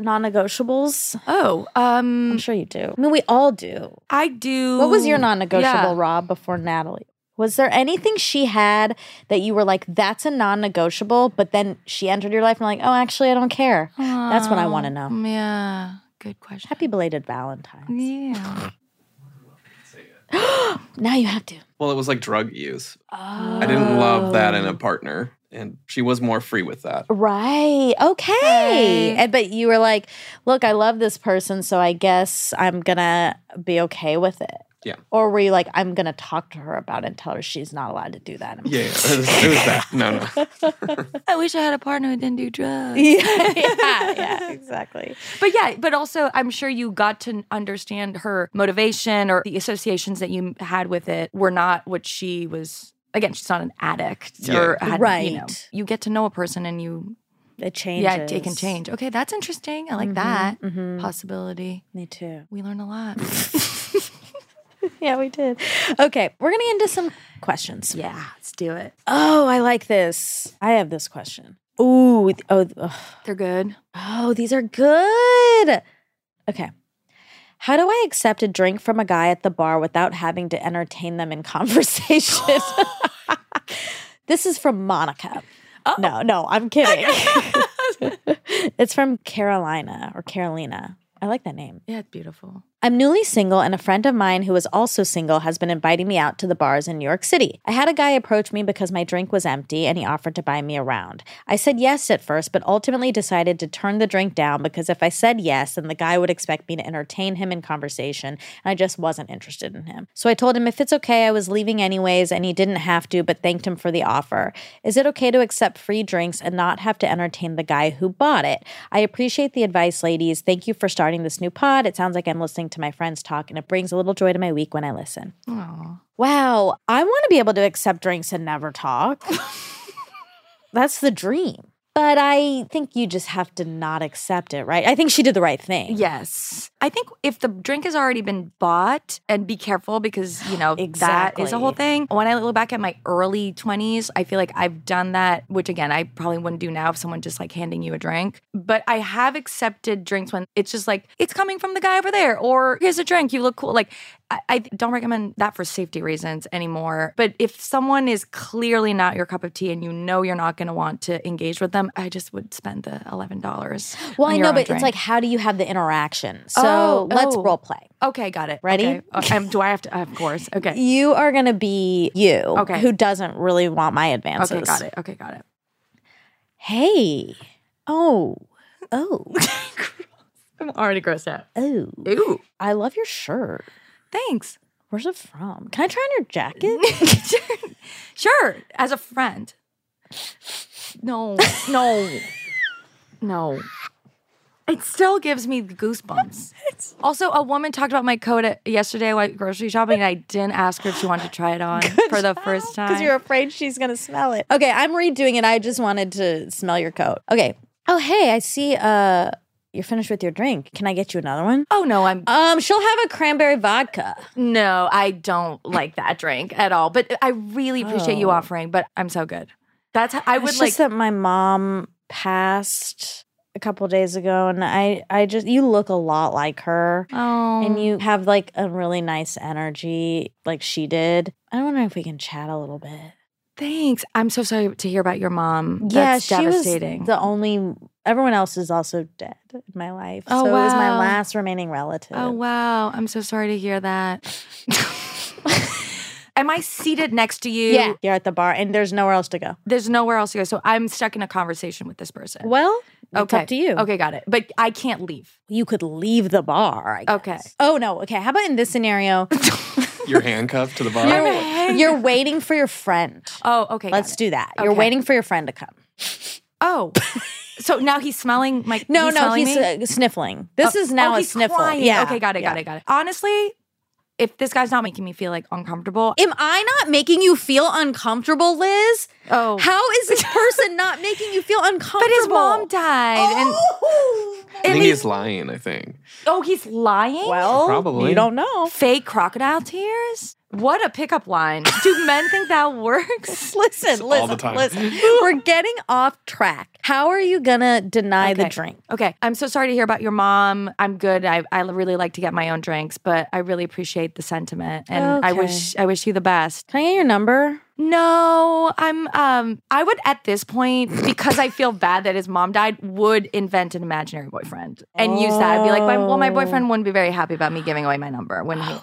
[SPEAKER 1] non-negotiables?
[SPEAKER 2] Oh, um,
[SPEAKER 1] I'm sure you do. I mean, we all do.
[SPEAKER 2] I do.
[SPEAKER 1] What was your non negotiable,
[SPEAKER 2] Yeah.
[SPEAKER 1] Rob, before Natalie? Was there anything she had that you were like, that's a non negotiable, but then she entered your life and like, oh, actually, I don't care? That's what I want to
[SPEAKER 2] Mm.
[SPEAKER 1] know.
[SPEAKER 2] Oh, Yeah. Good question.
[SPEAKER 1] Happy belated Valentine.
[SPEAKER 2] Yeah.
[SPEAKER 1] Now you have to.
[SPEAKER 3] Well, it was like drug use. I didn't love that
[SPEAKER 2] Oh.
[SPEAKER 3] in a partner, and she was more free with that.
[SPEAKER 1] Right. Okay.
[SPEAKER 2] Right.
[SPEAKER 1] And, but you were like, look, I love this person, so I guess I'm going to be okay with it.
[SPEAKER 3] Yeah.
[SPEAKER 1] Or were you like, I'm gonna talk to her about it and tell her she's not allowed to do that?
[SPEAKER 3] Yeah, yeah, it was, it was that. No, no.
[SPEAKER 2] I wish I had a partner who didn't do drugs.
[SPEAKER 1] yeah, yeah, yeah, exactly.
[SPEAKER 2] But yeah, but also I'm sure you got to understand her motivation or the associations that you had with it were not what she was. Again, she's not an addict
[SPEAKER 3] Yeah.
[SPEAKER 2] or had,
[SPEAKER 1] Right.
[SPEAKER 2] You, know, you get to know a person and you
[SPEAKER 1] It changes.
[SPEAKER 2] yeah, it can change. Okay, that's interesting. I like that
[SPEAKER 1] Mhm.
[SPEAKER 2] possibility.
[SPEAKER 1] Me too.
[SPEAKER 2] We learn a lot.
[SPEAKER 1] Yeah, we did. Okay, we're gonna get into some questions.
[SPEAKER 2] yeah, let's do it.
[SPEAKER 1] Oh, I like this. I have this question. Ooh, th- oh, th- ugh.
[SPEAKER 2] They're good.
[SPEAKER 1] oh, these are good. Okay. How do I accept a drink from a guy at the bar without having to entertain them in conversation? this is from Monica. No, no, I'm kidding. it's from Carolina or Carolina. I like that name.
[SPEAKER 2] Yeah, it's beautiful.
[SPEAKER 1] I'm newly single, and a friend of mine who is also single has been inviting me out to the bars in New York City. I had a guy approach me because my drink was empty and he offered to buy me around. I said yes at first, but ultimately decided to turn the drink down because if I said yes, then the guy would expect me to entertain him in conversation, and I just wasn't interested in him. So I told him if it's okay, I was leaving anyways, and he didn't have to, but thanked him for the offer. Is it okay to accept free drinks and not have to entertain the guy who bought it? I appreciate the advice, ladies. Thank you for starting this new pod. It sounds like I'm listening to my friends talk, and it brings a little joy to my week when I listen.
[SPEAKER 2] Aw.
[SPEAKER 1] Wow, I want to be able to accept drinks and never talk. That's the dream. But I think you just have to not accept it, right? I think she did the right thing.
[SPEAKER 2] Yes. I think if the drink has already been bought, and be careful because, you know, that is a whole
[SPEAKER 1] Exactly.
[SPEAKER 2] thing. When I look back at my early 20s, I feel like I've done that, which again, I probably wouldn't do now if someone just like handing you a drink. But I have accepted drinks when it's just like, it's coming from the guy over there, or here's a drink, you look cool. Like, I, I don't recommend that for safety reasons anymore. But if someone is clearly not your cup of tea and you know you're not going to want to engage with them, I just would spend the $11.
[SPEAKER 1] Well,
[SPEAKER 2] on
[SPEAKER 1] I
[SPEAKER 2] your
[SPEAKER 1] know,
[SPEAKER 2] own
[SPEAKER 1] but
[SPEAKER 2] drink.
[SPEAKER 1] it's like, how do you have the interaction? So
[SPEAKER 2] Oh,
[SPEAKER 1] let's
[SPEAKER 2] oh.
[SPEAKER 1] role play.
[SPEAKER 2] Okay, got it.
[SPEAKER 1] Ready?
[SPEAKER 2] Okay. Oh, um, do I have to? Of course. Okay.
[SPEAKER 1] You are going to be you,
[SPEAKER 2] Okay.
[SPEAKER 1] who doesn't really want my advances.
[SPEAKER 2] Okay, got it. Okay, got it.
[SPEAKER 1] Hey, oh, oh,
[SPEAKER 2] I'm already grossed out.
[SPEAKER 1] oh.
[SPEAKER 2] Ooh,
[SPEAKER 1] I love your shirt.
[SPEAKER 2] thanks.
[SPEAKER 1] Where's it from? Can I try on your jacket?
[SPEAKER 2] sure, as a friend. No, no, no. It still gives me goosebumps. Also, a woman talked about my coat at, yesterday while grocery shopping, and I didn't ask her if she wanted to try it on for the first time.
[SPEAKER 1] Because you're afraid she's going to smell it. Okay, I'm redoing it. I just wanted to smell your coat. Okay. Oh, hey, I see uh, you're finished with your drink. Can I get you another one?
[SPEAKER 2] oh no, I'm
[SPEAKER 1] Um, she'll have a cranberry vodka.
[SPEAKER 2] No, I don't like that drink at all. But I really appreciate you
[SPEAKER 1] Oh.
[SPEAKER 2] offering, but I'm so good. That's how, I
[SPEAKER 1] It's
[SPEAKER 2] would
[SPEAKER 1] just
[SPEAKER 2] like
[SPEAKER 1] that my mom passed a couple days ago, and I, I just you look a lot like her,
[SPEAKER 2] Oh.
[SPEAKER 1] and you have like a really nice energy, like she did. I wonder if we can chat a little bit.
[SPEAKER 2] Thanks. I'm so sorry to hear about your mom.
[SPEAKER 1] yeah,
[SPEAKER 2] That's
[SPEAKER 1] she
[SPEAKER 2] devastating.
[SPEAKER 1] was the only. Everyone else is also dead in my life,
[SPEAKER 2] Oh,
[SPEAKER 1] so it was my
[SPEAKER 2] wow.
[SPEAKER 1] last remaining relative.
[SPEAKER 2] oh wow. I'm so sorry to hear that. Am I seated next to you?
[SPEAKER 1] Yeah, you're at the bar, and there's nowhere else to go.
[SPEAKER 2] There's nowhere else to go. So I'm stuck in a conversation with this person.
[SPEAKER 1] Well, it's
[SPEAKER 2] Okay.
[SPEAKER 1] up to you.
[SPEAKER 2] Okay, got it. But I can't leave.
[SPEAKER 1] you could leave the bar. I guess.
[SPEAKER 2] Okay.
[SPEAKER 1] Oh no. Okay. How about in this scenario?
[SPEAKER 3] You're handcuffed to the bar.
[SPEAKER 1] You're, you're waiting for your friend.
[SPEAKER 2] Oh, okay. got
[SPEAKER 1] Let's
[SPEAKER 2] it.
[SPEAKER 1] do that. You're
[SPEAKER 2] Okay.
[SPEAKER 1] waiting for your friend to come.
[SPEAKER 2] Oh. so now he's smelling my
[SPEAKER 1] No,
[SPEAKER 2] he's
[SPEAKER 1] no,
[SPEAKER 2] smelling
[SPEAKER 1] he's
[SPEAKER 2] me?
[SPEAKER 1] uh, sniffling. This is now
[SPEAKER 2] Oh,
[SPEAKER 1] a
[SPEAKER 2] he's
[SPEAKER 1] sniffle.
[SPEAKER 2] crying.
[SPEAKER 1] Yeah.
[SPEAKER 2] Okay, got it, got it, got it. Honestly, if this guy's not making me feel like uncomfortable,
[SPEAKER 1] Am I not making you feel uncomfortable, Liz?
[SPEAKER 2] oh,
[SPEAKER 1] How is this person not making you feel uncomfortable?
[SPEAKER 2] but his mom died,
[SPEAKER 1] Oh!
[SPEAKER 3] I
[SPEAKER 2] and,
[SPEAKER 3] think
[SPEAKER 2] and
[SPEAKER 3] he's lying, I think.
[SPEAKER 2] oh, he's lying.
[SPEAKER 1] well,
[SPEAKER 3] Probably.
[SPEAKER 1] you don't know.
[SPEAKER 2] fake crocodile tears. What a pickup line. Do men think that works?
[SPEAKER 1] Listen,
[SPEAKER 3] all
[SPEAKER 1] listen,
[SPEAKER 3] the time.
[SPEAKER 1] listen. We're getting off track. How are you gonna deny the
[SPEAKER 2] Okay.
[SPEAKER 1] drink?
[SPEAKER 2] Okay, I'm so sorry to hear about your mom. I'm good. I, I really like to get my own drinks, but I really appreciate the sentiment, and I
[SPEAKER 1] Okay.
[SPEAKER 2] wish I wish you the best.
[SPEAKER 1] Can I get your number?
[SPEAKER 2] No, I'm um I would at this point because I feel bad that his mom died would invent an imaginary boyfriend and use that. I'd be like, my, well, my
[SPEAKER 1] Oh.
[SPEAKER 2] boyfriend wouldn't be very happy about me giving away my number when he.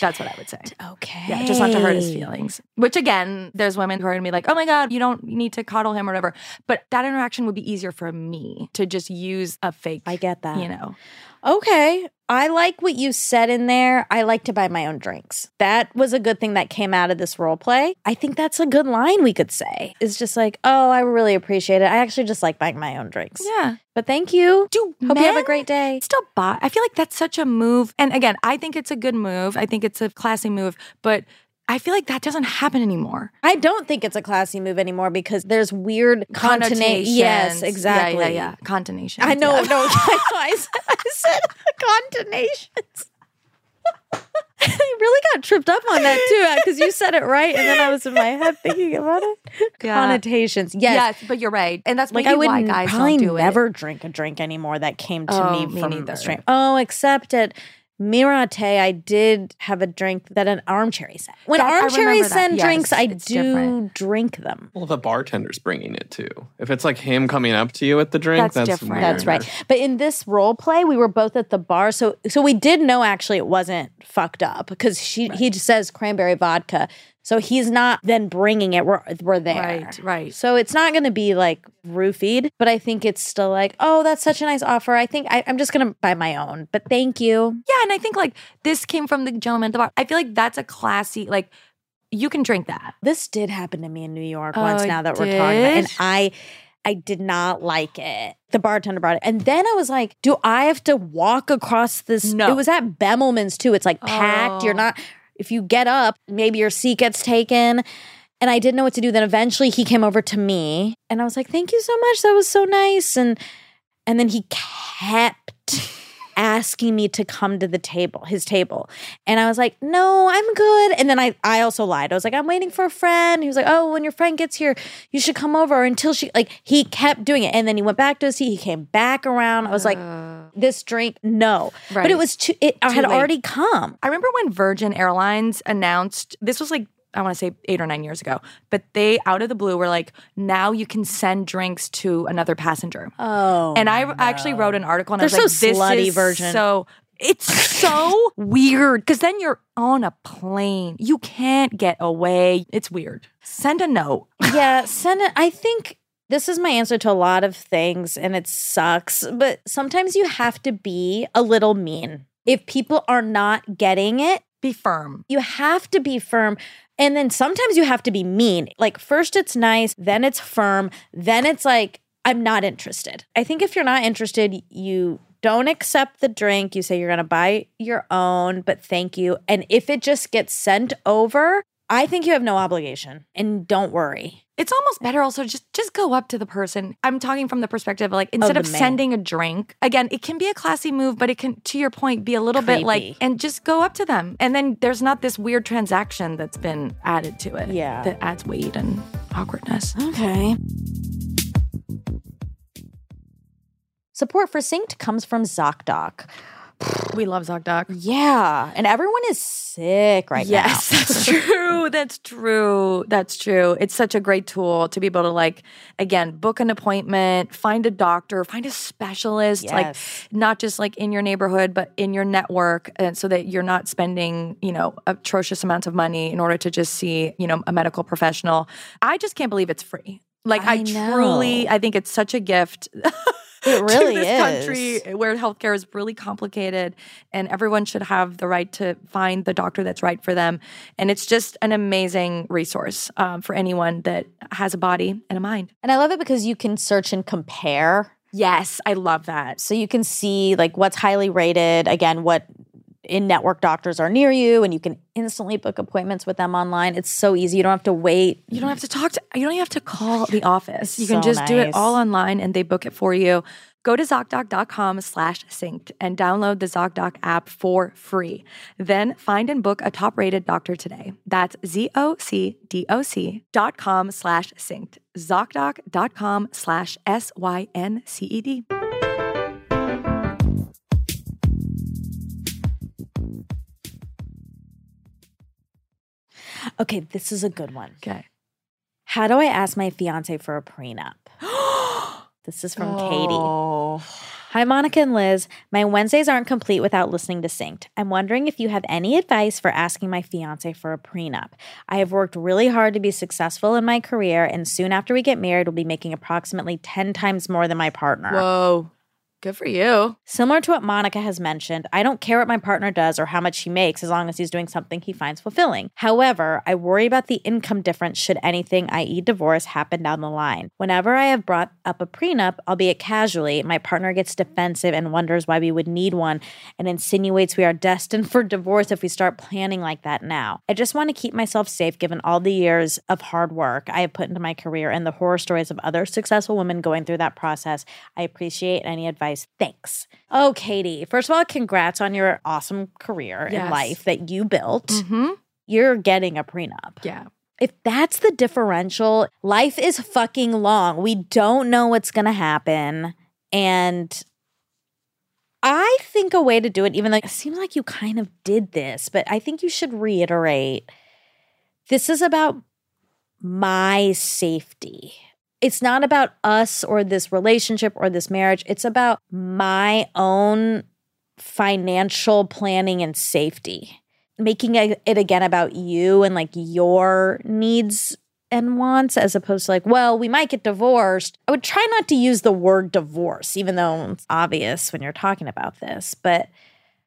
[SPEAKER 2] That's what I would say.
[SPEAKER 1] Okay.
[SPEAKER 2] Yeah, just not to hurt his feelings. Which again, there's women who are gonna be like, oh my god, you don't need to coddle him or whatever. But that interaction would be easier for me to just use a fake.
[SPEAKER 1] I get that.
[SPEAKER 2] You know,
[SPEAKER 1] Okay. I like what you said in there. I like to buy my own drinks. That was a good thing that came out of this role play. I think that's a good line we could say. It's just like, oh, I really appreciate it. I actually just like buying my own drinks.
[SPEAKER 2] Yeah.
[SPEAKER 1] But thank you.
[SPEAKER 2] Do
[SPEAKER 1] Hope you have a
[SPEAKER 2] men
[SPEAKER 1] great day.
[SPEAKER 2] still buy? I feel like that's such a move. And again, I think it's a good move. I think it's a classy move, but I feel like that doesn't happen anymore.
[SPEAKER 1] I don't think it's a classy move anymore because there's weird contonation. Yes,
[SPEAKER 2] Connotations. Yeah,
[SPEAKER 1] exactly.
[SPEAKER 2] Yeah, yeah, Contonation.
[SPEAKER 1] I know, no, I, know, I said, I said contonations. I really got tripped up on that too because you said it right, and then I was in my head thinking about it.
[SPEAKER 2] Yeah.
[SPEAKER 1] Connotations, yes.
[SPEAKER 2] Yes, but you're right, and that's
[SPEAKER 1] Like
[SPEAKER 2] maybe
[SPEAKER 1] I would
[SPEAKER 2] why guys
[SPEAKER 1] probably
[SPEAKER 2] don't do it.
[SPEAKER 1] never drink a drink anymore that came to
[SPEAKER 2] Oh,
[SPEAKER 1] me,
[SPEAKER 2] me
[SPEAKER 1] from
[SPEAKER 2] neither.
[SPEAKER 1] a stream. Oh, except at Mirate, I did have a drink that an armcherry sent. When
[SPEAKER 2] That- I
[SPEAKER 1] armcherry
[SPEAKER 2] remember that.
[SPEAKER 1] send
[SPEAKER 2] Yes,
[SPEAKER 1] drinks, I do
[SPEAKER 2] it's different.
[SPEAKER 1] drink them.
[SPEAKER 3] Well, the bartender's bringing it too. If it's like him coming up to you at the drink,
[SPEAKER 2] That's
[SPEAKER 3] that's,
[SPEAKER 2] different.
[SPEAKER 3] weird.
[SPEAKER 1] That's right. But in this role play, we were both at the bar, so so we did know actually it wasn't fucked up because she he just says cranberry vodka, so he's not then bringing it. We're we're there,
[SPEAKER 2] Right, right.
[SPEAKER 1] So it's not going to be like roofied, but I think it's still like, oh, that's such a nice offer. I think I, I'm just going to buy my own, but thank you.
[SPEAKER 2] Yeah, and I think like this came from the gentleman at the bar. I feel like that's a classy like you can drink that.
[SPEAKER 1] This did happen to me in New York
[SPEAKER 2] Oh,
[SPEAKER 1] once.
[SPEAKER 2] it
[SPEAKER 1] Now that we're talking about, it, and
[SPEAKER 2] did?
[SPEAKER 1] I. I did not like it. The bartender brought it. And then I was like, do I have to walk across this?
[SPEAKER 2] No.
[SPEAKER 1] It was at Bemelman's too. It's like packed. You're
[SPEAKER 2] Oh.
[SPEAKER 1] not, if you get up, maybe your seat gets taken. And I didn't know what to do. Then eventually he came over to me and I was like, thank you so much. That was so nice. And, and then he kept asking me to come to the table, his table. And I was like, no, I'm good. And then I, I also lied. I was like, I'm waiting for a friend. He was like, oh, when your friend gets here, you should come over or until she, like, he kept doing it. And then he went back to his seat. He came back around. I was like, this drink, no. But
[SPEAKER 2] Right.
[SPEAKER 1] it was too, it had
[SPEAKER 2] late.
[SPEAKER 1] already come.
[SPEAKER 2] I remember when Virgin Airlines announced this was like I want to say 8 or 9 years ago, but they out of the blue were like now you can send drinks to another passenger.
[SPEAKER 1] Oh.
[SPEAKER 2] and I actually wrote an article and I was
[SPEAKER 1] They're
[SPEAKER 2] like
[SPEAKER 1] so
[SPEAKER 2] this
[SPEAKER 1] slutty,
[SPEAKER 2] is
[SPEAKER 1] Virgin."
[SPEAKER 2] so it's so weird cuz then you're on a plane. You can't get away. It's weird. Send a note.
[SPEAKER 1] yeah, send it. I think this is my answer to a lot of things, and it sucks, but sometimes you have to be a little mean. If people are not getting it,
[SPEAKER 2] Be firm.
[SPEAKER 1] you have to be firm. And then sometimes you have to be mean. Like, first it's nice, then it's firm, then it's like, I'm not interested. I think if you're not interested, you don't accept the drink. You say you're going to buy your own, but thank you. And if it just gets sent over, I think you have no obligation and don't worry.
[SPEAKER 2] It's almost better also just just go up to the person. I'm talking from the perspective of like instead
[SPEAKER 1] the
[SPEAKER 2] of
[SPEAKER 1] man.
[SPEAKER 2] sending a drink. Again, it can be a classy move, but it can to your point be a little bit like
[SPEAKER 1] Creepy.
[SPEAKER 2] and just go up to them. And then there's not this weird transaction that's been added to it.
[SPEAKER 1] Yeah.
[SPEAKER 2] That adds weight and awkwardness.
[SPEAKER 1] Okay. Support for Synced comes from ZocDoc.
[SPEAKER 2] We love ZocDoc.
[SPEAKER 1] Yeah. And everyone is sick right
[SPEAKER 2] yes, that's true. That's true. That's true. It's such a great tool to be able to like again book an appointment, find a doctor, find a specialist, like
[SPEAKER 1] Yes.
[SPEAKER 2] not just like in your neighborhood but in your network, and so that you're not spending you know atrocious amounts of money in order to just see you know a medical professional. I just can't believe it's free. Like I,
[SPEAKER 1] I know.
[SPEAKER 2] truly, I think it's such a gift.
[SPEAKER 1] now. It really
[SPEAKER 2] to this
[SPEAKER 1] is.
[SPEAKER 2] country where healthcare is really complicated and everyone should have the right to find the doctor that's right for them and it's just an amazing resource um, for anyone that has a body and a mind
[SPEAKER 1] And I love it because you can search and compare.
[SPEAKER 2] yes i love that
[SPEAKER 1] So you can see like what's highly rated, again, what in network doctors are near you, and you can instantly book appointments with them online. It's so easy. You don't have to wait.
[SPEAKER 2] you don't have to talk to you don't even have to call the office you can
[SPEAKER 1] so
[SPEAKER 2] just do it
[SPEAKER 1] nice.
[SPEAKER 2] all online and they book it for you go to zocdoc.com slash synced and download the zocdoc app for free then find and book a top rated doctor today that's z-o-c-d-o-c dot com slash synced zocdoc.com slash s-y-n-c-e-d
[SPEAKER 1] Okay, this is a good one.
[SPEAKER 2] okay
[SPEAKER 1] How do I ask my fiance for a prenup? This is from Katie. Hi, Monica and Liz. My Wednesdays aren't complete without listening to Synced. I'm wondering if you have any advice for asking my fiance for a prenup. I have worked really hard to be successful in my career, and soon after we get married, we'll be making approximately 10 times more than my partner.
[SPEAKER 2] whoa Good for you.
[SPEAKER 1] Similar to what Monica has mentioned, I don't care what my partner does or how much he makes as long as he's doing something he finds fulfilling. However, I worry about the income difference should anything, i.e., divorce, happen down the line. Whenever I have brought up a prenup, albeit casually, my partner gets defensive and wonders why we would need one and insinuates we are destined for divorce if we start planning like that now. I just want to keep myself safe given all the years of hard work I have put into my career and the horror stories of other successful women going through that process. I appreciate any advice. Thanks. Oh, Katie, first of all, congrats on your awesome career and
[SPEAKER 2] Yes.
[SPEAKER 1] life that you built.
[SPEAKER 2] Mm-hmm.
[SPEAKER 1] You're getting a prenup.
[SPEAKER 2] Yeah.
[SPEAKER 1] If that's the differential, life is fucking long. We don't know what's going to happen. And I think a way to do it, even though it seems like you kind of did this, but I think you should reiterate this is about my safety. It's not about us or this relationship or this marriage. It's about my own financial planning and safety making it it again about you and like your needs and wants as opposed to like well we might get divorced i would try not to use the word divorce even though it's obvious when you're talking about this but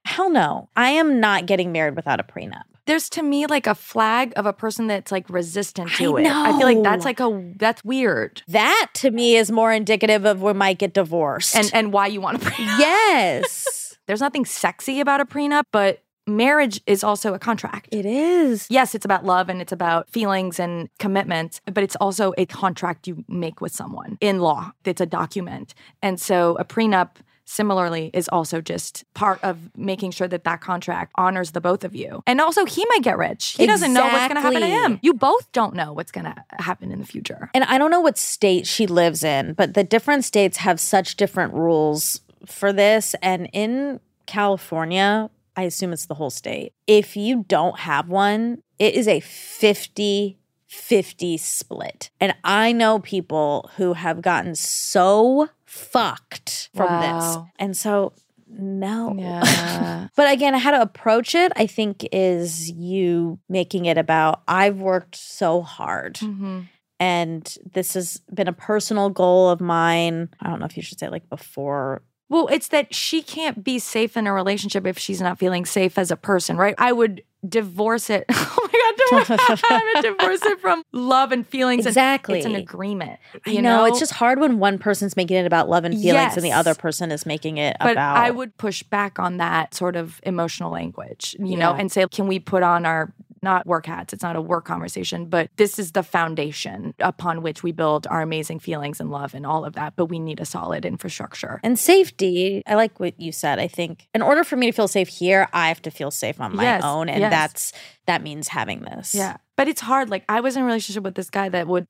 [SPEAKER 1] hell no i am not getting married without a prenup
[SPEAKER 2] There's to me like a flag of a person that's like resistant to
[SPEAKER 1] I
[SPEAKER 2] it. I feel like that's
[SPEAKER 1] know.
[SPEAKER 2] like a that's weird.
[SPEAKER 1] that to me is more indicative of we might get divorced
[SPEAKER 2] And and why you want to prenup.
[SPEAKER 1] yes
[SPEAKER 2] There's nothing sexy about a prenup, but marriage is also a contract.
[SPEAKER 1] it is
[SPEAKER 2] yes, it's about love and it's about feelings and commitment, but it's also a contract you make with someone in law. It's a document. And so a prenup similarly is also just part of making sure that that contract honors the both of you. And also he might get rich. He doesn't know what's going to happen to
[SPEAKER 1] Exactly.
[SPEAKER 2] him. You both don't know what's going to happen in the future.
[SPEAKER 1] and I don't know what state she lives in, but the different states have such different rules for this. And in California, I assume it's the whole state. If you don't have one, it is a 50 50 split. And I know people who have gotten so fucked from this.
[SPEAKER 2] Wow.
[SPEAKER 1] And so, no.
[SPEAKER 2] Yeah.
[SPEAKER 1] But again, how to approach it, I think, is you making it about I've worked so hard
[SPEAKER 2] hmm
[SPEAKER 1] and this has been a personal goal of mine. I don't know if you should say like before.
[SPEAKER 2] Well, it's that she can't be safe in a relationship if she's not feeling safe as a person, right? I would divorce it. Oh my god, divorce, I would divorce it from love and feelings. and
[SPEAKER 1] Exactly.
[SPEAKER 2] it's an agreement.
[SPEAKER 1] I
[SPEAKER 2] You
[SPEAKER 1] know,
[SPEAKER 2] know,
[SPEAKER 1] it's just hard when one person's making it about love and feelings and the
[SPEAKER 2] Yes.
[SPEAKER 1] other person is making it
[SPEAKER 2] But
[SPEAKER 1] about
[SPEAKER 2] I would push back on that sort of emotional language, you know,
[SPEAKER 1] Yeah.
[SPEAKER 2] and say, can we put on our not work hats? It's not a work conversation, but this is the foundation upon which we build our amazing feelings and love and all of that. But we need a solid infrastructure.
[SPEAKER 1] and safety. I like what you said. I think in order for me to feel safe here, I have to feel safe on my
[SPEAKER 2] Yes,
[SPEAKER 1] own and
[SPEAKER 2] yes.
[SPEAKER 1] that's that means having this.
[SPEAKER 2] Yeah. But it's hard. Like I was in a relationship with this guy that would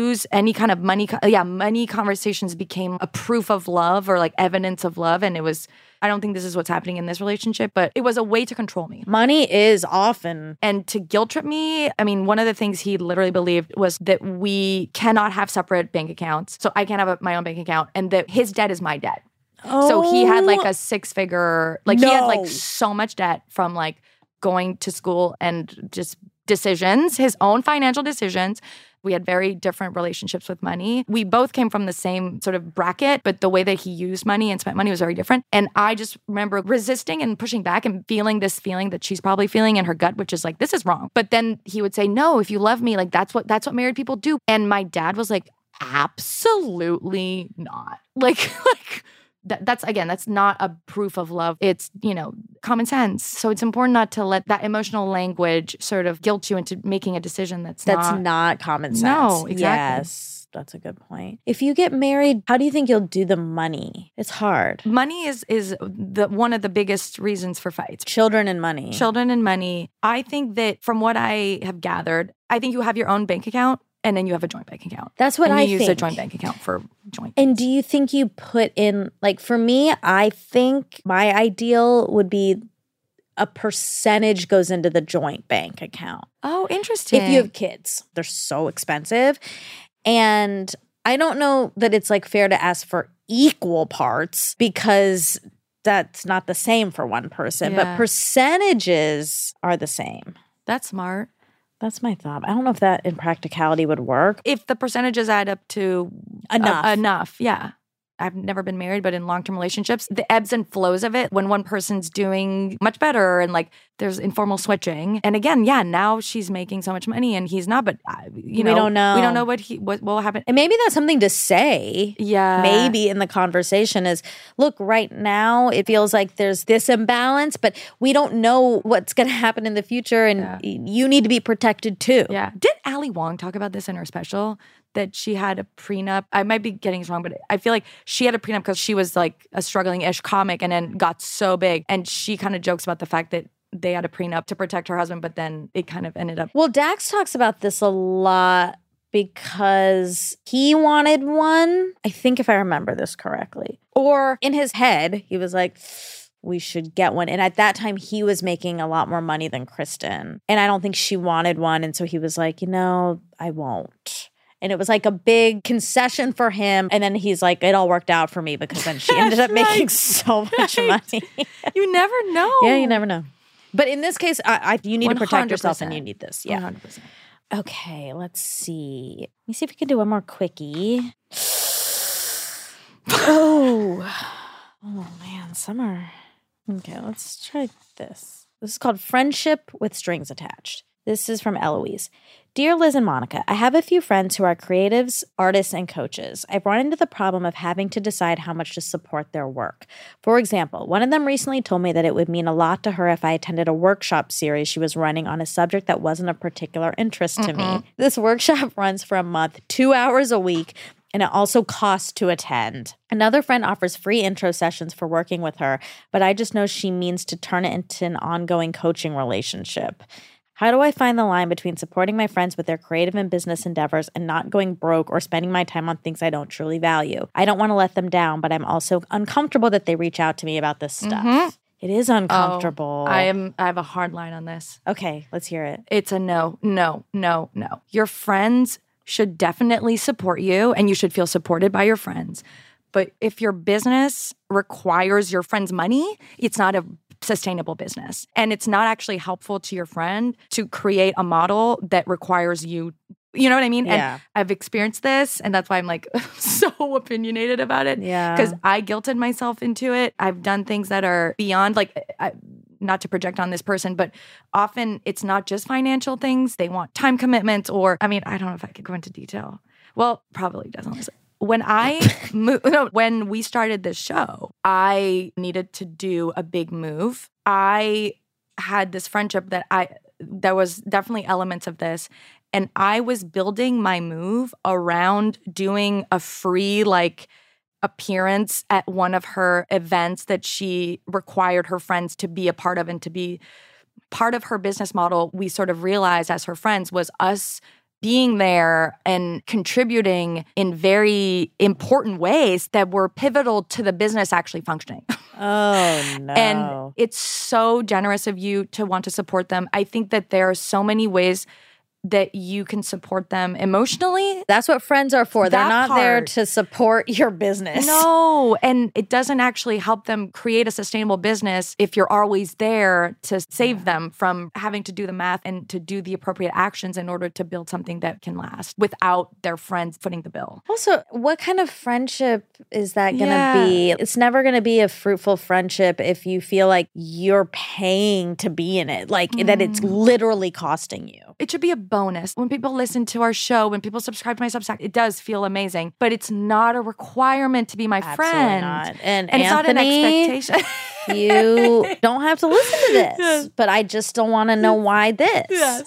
[SPEAKER 2] use any kind of money. co- yeah, money conversations became a proof of love or like evidence of love, and it was. I don't think this is what's happening in this relationship, but it was a way to control me
[SPEAKER 1] Money is often
[SPEAKER 2] and to guilt trip me. I mean, one of the things he literally believed was that we cannot have separate bank accounts, so I can't have a, my own bank account, and that his debt is my debt. So he had like a six figure, like he had
[SPEAKER 1] Oh. No.
[SPEAKER 2] like so much debt from like going to school and just decisions, his own financial decisions. We had very different relationships with money. We both came from the same sort of bracket, but the way that he used money and spent money was very different. And I just remember resisting and pushing back and feeling this feeling that she's probably feeling in her gut, which is like, this is wrong. But then he would say, No, if you love me, like that's what that's what married people do. And my dad was like, Absolutely not. Like, like that, that's again that's not a proof of love it's you know common sense so it's important not to let that emotional language sort of guilt you into making a decision that's,
[SPEAKER 1] Oh, That's
[SPEAKER 2] not,
[SPEAKER 1] not, common sense.
[SPEAKER 2] No, exactly.
[SPEAKER 1] Yes, that's a good point. If you get married, how do you think you'll do the money? It's hard.
[SPEAKER 2] money is is the one of the biggest reasons for fights
[SPEAKER 1] Children and money.
[SPEAKER 2] children and money i think that from what i have gathered i think you have your own bank account and then you have a joint bank account
[SPEAKER 1] That's what
[SPEAKER 2] and
[SPEAKER 1] I
[SPEAKER 2] you use
[SPEAKER 1] think.
[SPEAKER 2] a joint bank account for joint
[SPEAKER 1] And do you think you put in like for me, I think my ideal would be a percentage goes into the joint bank account.
[SPEAKER 2] oh interesting
[SPEAKER 1] If you have kids, they're so expensive. And I don't know that it's like fair to ask for equal parts because that's not the same for one person, but
[SPEAKER 2] Yeah.
[SPEAKER 1] percentages are the same.
[SPEAKER 2] that's smart
[SPEAKER 1] That's my thought. I don't know if that in practicality would work.
[SPEAKER 2] if the percentages add up to
[SPEAKER 1] Enough.
[SPEAKER 2] enough yeah I've never been married, but in long term relationships, the ebbs and flows of it when one person's doing much better and like there's informal switching. And again, yeah, now she's making so much money and he's not, but uh, you know,
[SPEAKER 1] We don't know.
[SPEAKER 2] We don't know what he what will happen.
[SPEAKER 1] And maybe that's something to say.
[SPEAKER 2] Yeah.
[SPEAKER 1] Maybe in the conversation is look, right now it feels like there's this imbalance, but we don't know what's going to happen in the future. And
[SPEAKER 2] Yeah.
[SPEAKER 1] y- you need to be protected too.
[SPEAKER 2] Yeah. Did Ali Wong talk about this in her special that she had a prenup? I might be getting this wrong, but I feel like she had a prenup because she was like a struggling ish comic and then got so big. And she kind of jokes about the fact that they had a prenup to protect her husband, but then it kind of ended up.
[SPEAKER 1] Well, Dax talks about this a lot because he wanted one. I think if I remember this correctly, or in his head, he was like, we should get one. And at that time, he was making a lot more money than Kristen. And I don't think she wanted one. And so he was like, you know, I won't. And it was like a big concession for him. And then he's like, it all worked out for me because then she ended up
[SPEAKER 2] That's right.
[SPEAKER 1] making so much
[SPEAKER 2] Right.
[SPEAKER 1] money.
[SPEAKER 2] You never know.
[SPEAKER 1] yeah, you never know. But in this case, I, I, you need to protect yourself and
[SPEAKER 2] 100%.
[SPEAKER 1] you need this. Yeah.
[SPEAKER 2] Yeah. 100%.
[SPEAKER 1] Okay, let's see. Let me see if we can do one more quickie. oh. Oh man, summer. Okay, let's try this. This is called Friendship with Strings Attached. This is from Eloise. Dear Liz and Monica, I have a few friends who are creatives, artists, and coaches. I've run into the problem of having to decide how much to support their work. For example, one of them recently told me that it would mean a lot to her if I attended a workshop series she was running on a subject that wasn't of particular interest to me. This workshop runs for a month, two hours a week, and it also costs to attend. Another friend offers free intro sessions for working with her, but I just know she means to turn it into an ongoing coaching relationship. How do I find the line between supporting my friends with their creative and business endeavors and not going broke or spending my time on things I don't truly value? I don't want to let them down, but I'm also uncomfortable that they reach out to me about this stuff. It is uncomfortable.
[SPEAKER 2] I am. I have a hard line on this.
[SPEAKER 1] Okay, let's hear it.
[SPEAKER 2] It's a no, no, no, no. Your friends should definitely support you and you should feel supported by your friends. But if your business requires your friends' money, it's not a sustainable business. And it's not actually helpful to your friend to create a model that requires you. You know what I mean?
[SPEAKER 1] Yeah.
[SPEAKER 2] And I've experienced this, and that's why I'm like so opinionated about it
[SPEAKER 1] Yeah.
[SPEAKER 2] because I guilted myself into it. I've done things that are beyond like I, not to project on this person, but often it's not just financial things. They want time commitments, or I mean, I don't know if I could go into detail. Well, probably doesn't. Listen. When I mo- no, when we started this show, I needed to do a big move. I had this friendship that I there was definitely elements of this and I was building my move around doing a free like appearance at one of her events that she required her friends to be a part of and to be part of her business model we sort of realized as her friends was us being there and contributing in very important ways that were pivotal to the business actually functioning.
[SPEAKER 1] Oh no.
[SPEAKER 2] And it's so generous of you to want to support them. I think that there are so many ways that you can support them emotionally.
[SPEAKER 1] that's what friends are for. They're
[SPEAKER 2] That
[SPEAKER 1] not there
[SPEAKER 2] part.
[SPEAKER 1] to support your business.
[SPEAKER 2] No, and it doesn't actually help them create a sustainable business if you're always there to save them from having to do the math and to do the appropriate actions in order to build something that can last without their friends footing the bill.
[SPEAKER 1] Also, what kind of friendship is that going to
[SPEAKER 2] Yeah.
[SPEAKER 1] be? It's never going to be a fruitful friendship if you feel like you're paying to be in it, like that it's
[SPEAKER 2] Mm.
[SPEAKER 1] literally costing you.
[SPEAKER 2] It should be a bonus. When people listen to our show, when people subscribe to my Substack, it does feel amazing, but it's not a requirement to be my
[SPEAKER 1] Absolutely
[SPEAKER 2] friend.
[SPEAKER 1] not. And,
[SPEAKER 2] And
[SPEAKER 1] Anthony,
[SPEAKER 2] it's not an expectation.
[SPEAKER 1] you don't have to listen to this,
[SPEAKER 2] Yes.
[SPEAKER 1] but I just don't want to know why this.
[SPEAKER 2] yes.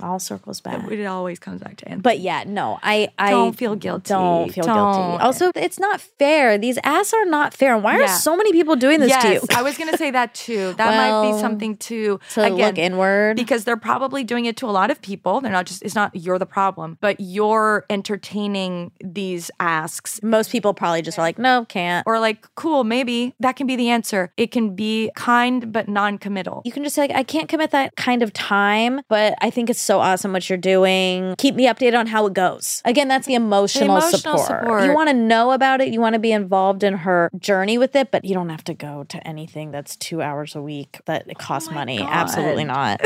[SPEAKER 1] All circles back.
[SPEAKER 2] It always comes back to Anthony.
[SPEAKER 1] But yeah, no, I I
[SPEAKER 2] Don't feel guilty.
[SPEAKER 1] Don't feel
[SPEAKER 2] Don't.
[SPEAKER 1] guilty. Also, it's not fair. These ass are not fair. And why are
[SPEAKER 2] Yeah.
[SPEAKER 1] so many people doing this
[SPEAKER 2] yes,
[SPEAKER 1] to you?
[SPEAKER 2] I was going to say that too. That might
[SPEAKER 1] Well,
[SPEAKER 2] be something to,
[SPEAKER 1] to
[SPEAKER 2] again,
[SPEAKER 1] look inward.
[SPEAKER 2] because they're probably doing it to a lot of people. They're not just, it's not you're the problem, but you're entertaining these asks.
[SPEAKER 1] most people probably just are like, no, can't. Or
[SPEAKER 2] Or like, cool, maybe that can be the answer. It can be kind but non-committal.
[SPEAKER 1] you can just say, like, I can't commit that kind of time, but I think it's so awesome what you're doing. Keep me updated on how it goes. Again, that's the emotional,
[SPEAKER 2] emotional
[SPEAKER 1] support.
[SPEAKER 2] support.
[SPEAKER 1] You want to know about it, you want to be involved in her journey with it, but you don't have to go to anything that's two hours a week that it costs
[SPEAKER 2] Oh my
[SPEAKER 1] money.
[SPEAKER 2] God.
[SPEAKER 1] Absolutely not.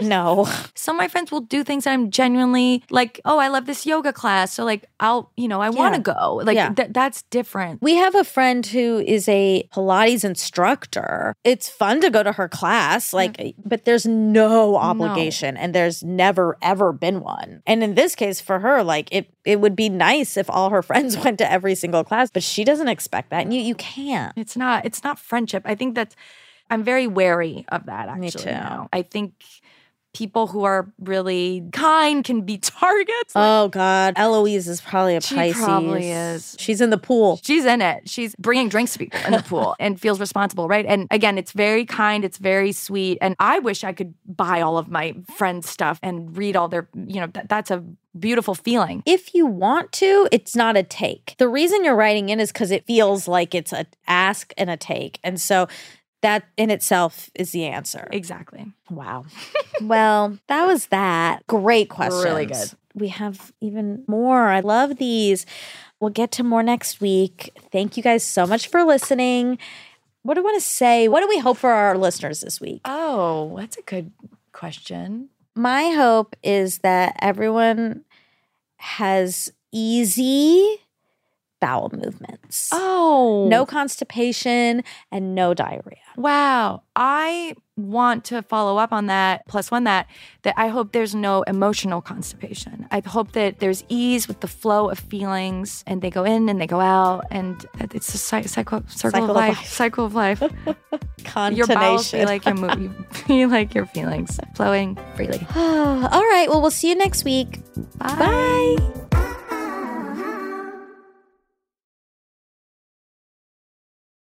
[SPEAKER 1] No.
[SPEAKER 2] Some of my friends will do things that I'm genuinely like, oh, I love this yoga class. So, like, I'll, you know, I want to go. Like,
[SPEAKER 1] Yeah.
[SPEAKER 2] th- that's different.
[SPEAKER 1] We have a friend who is a Pilates instructor. It's fun to go to her class, like, but there's no obligation and there's never ever been one. And in this case for her, like it it would be nice if all her friends went to every single class, but she doesn't expect that. And you you can't.
[SPEAKER 2] It's not, it's not friendship. I think that's, I'm very wary of that actually.
[SPEAKER 1] Me too.
[SPEAKER 2] now. I think people who are really kind can be targets.
[SPEAKER 1] Oh God. Eloise is probably a
[SPEAKER 2] She
[SPEAKER 1] Pisces.
[SPEAKER 2] probably is.
[SPEAKER 1] She's in the pool.
[SPEAKER 2] She's in it. She's bringing drinks to people in the pool and feels responsible, right? And again, it's very kind, it's very sweet. And I wish I could buy all of my friends' stuff and read all their, you know, that, that's a beautiful feeling.
[SPEAKER 1] if you want to, it's not a take. The reason you're writing in is because it feels like it's a ask and a take. And so that in itself is the answer.
[SPEAKER 2] Exactly.
[SPEAKER 1] Wow. well, that was that. Great questions.
[SPEAKER 2] Really good.
[SPEAKER 1] We have even more. I love these. We'll get to more next week. Thank you guys so much for listening. What do I want to say? What do we hope for our listeners this week?
[SPEAKER 2] Oh, that's a good question.
[SPEAKER 1] My hope is that everyone has easy bowel movements.
[SPEAKER 2] Oh.
[SPEAKER 1] No constipation and no diarrhea.
[SPEAKER 2] Wow. I want to follow up on that, plus one that, that I hope there's no emotional constipation. I hope that there's ease with the flow of feelings and they go in and they go out and that it's a cy- cycle, circle
[SPEAKER 1] Cycle
[SPEAKER 2] of
[SPEAKER 1] of
[SPEAKER 2] life,
[SPEAKER 1] life.
[SPEAKER 2] Cycle of life. your bowels
[SPEAKER 1] Contination.
[SPEAKER 2] feel like your movie, feel like your feelings flowing freely.
[SPEAKER 1] All right. Well, we'll see you next week.
[SPEAKER 2] Bye.
[SPEAKER 1] Bye.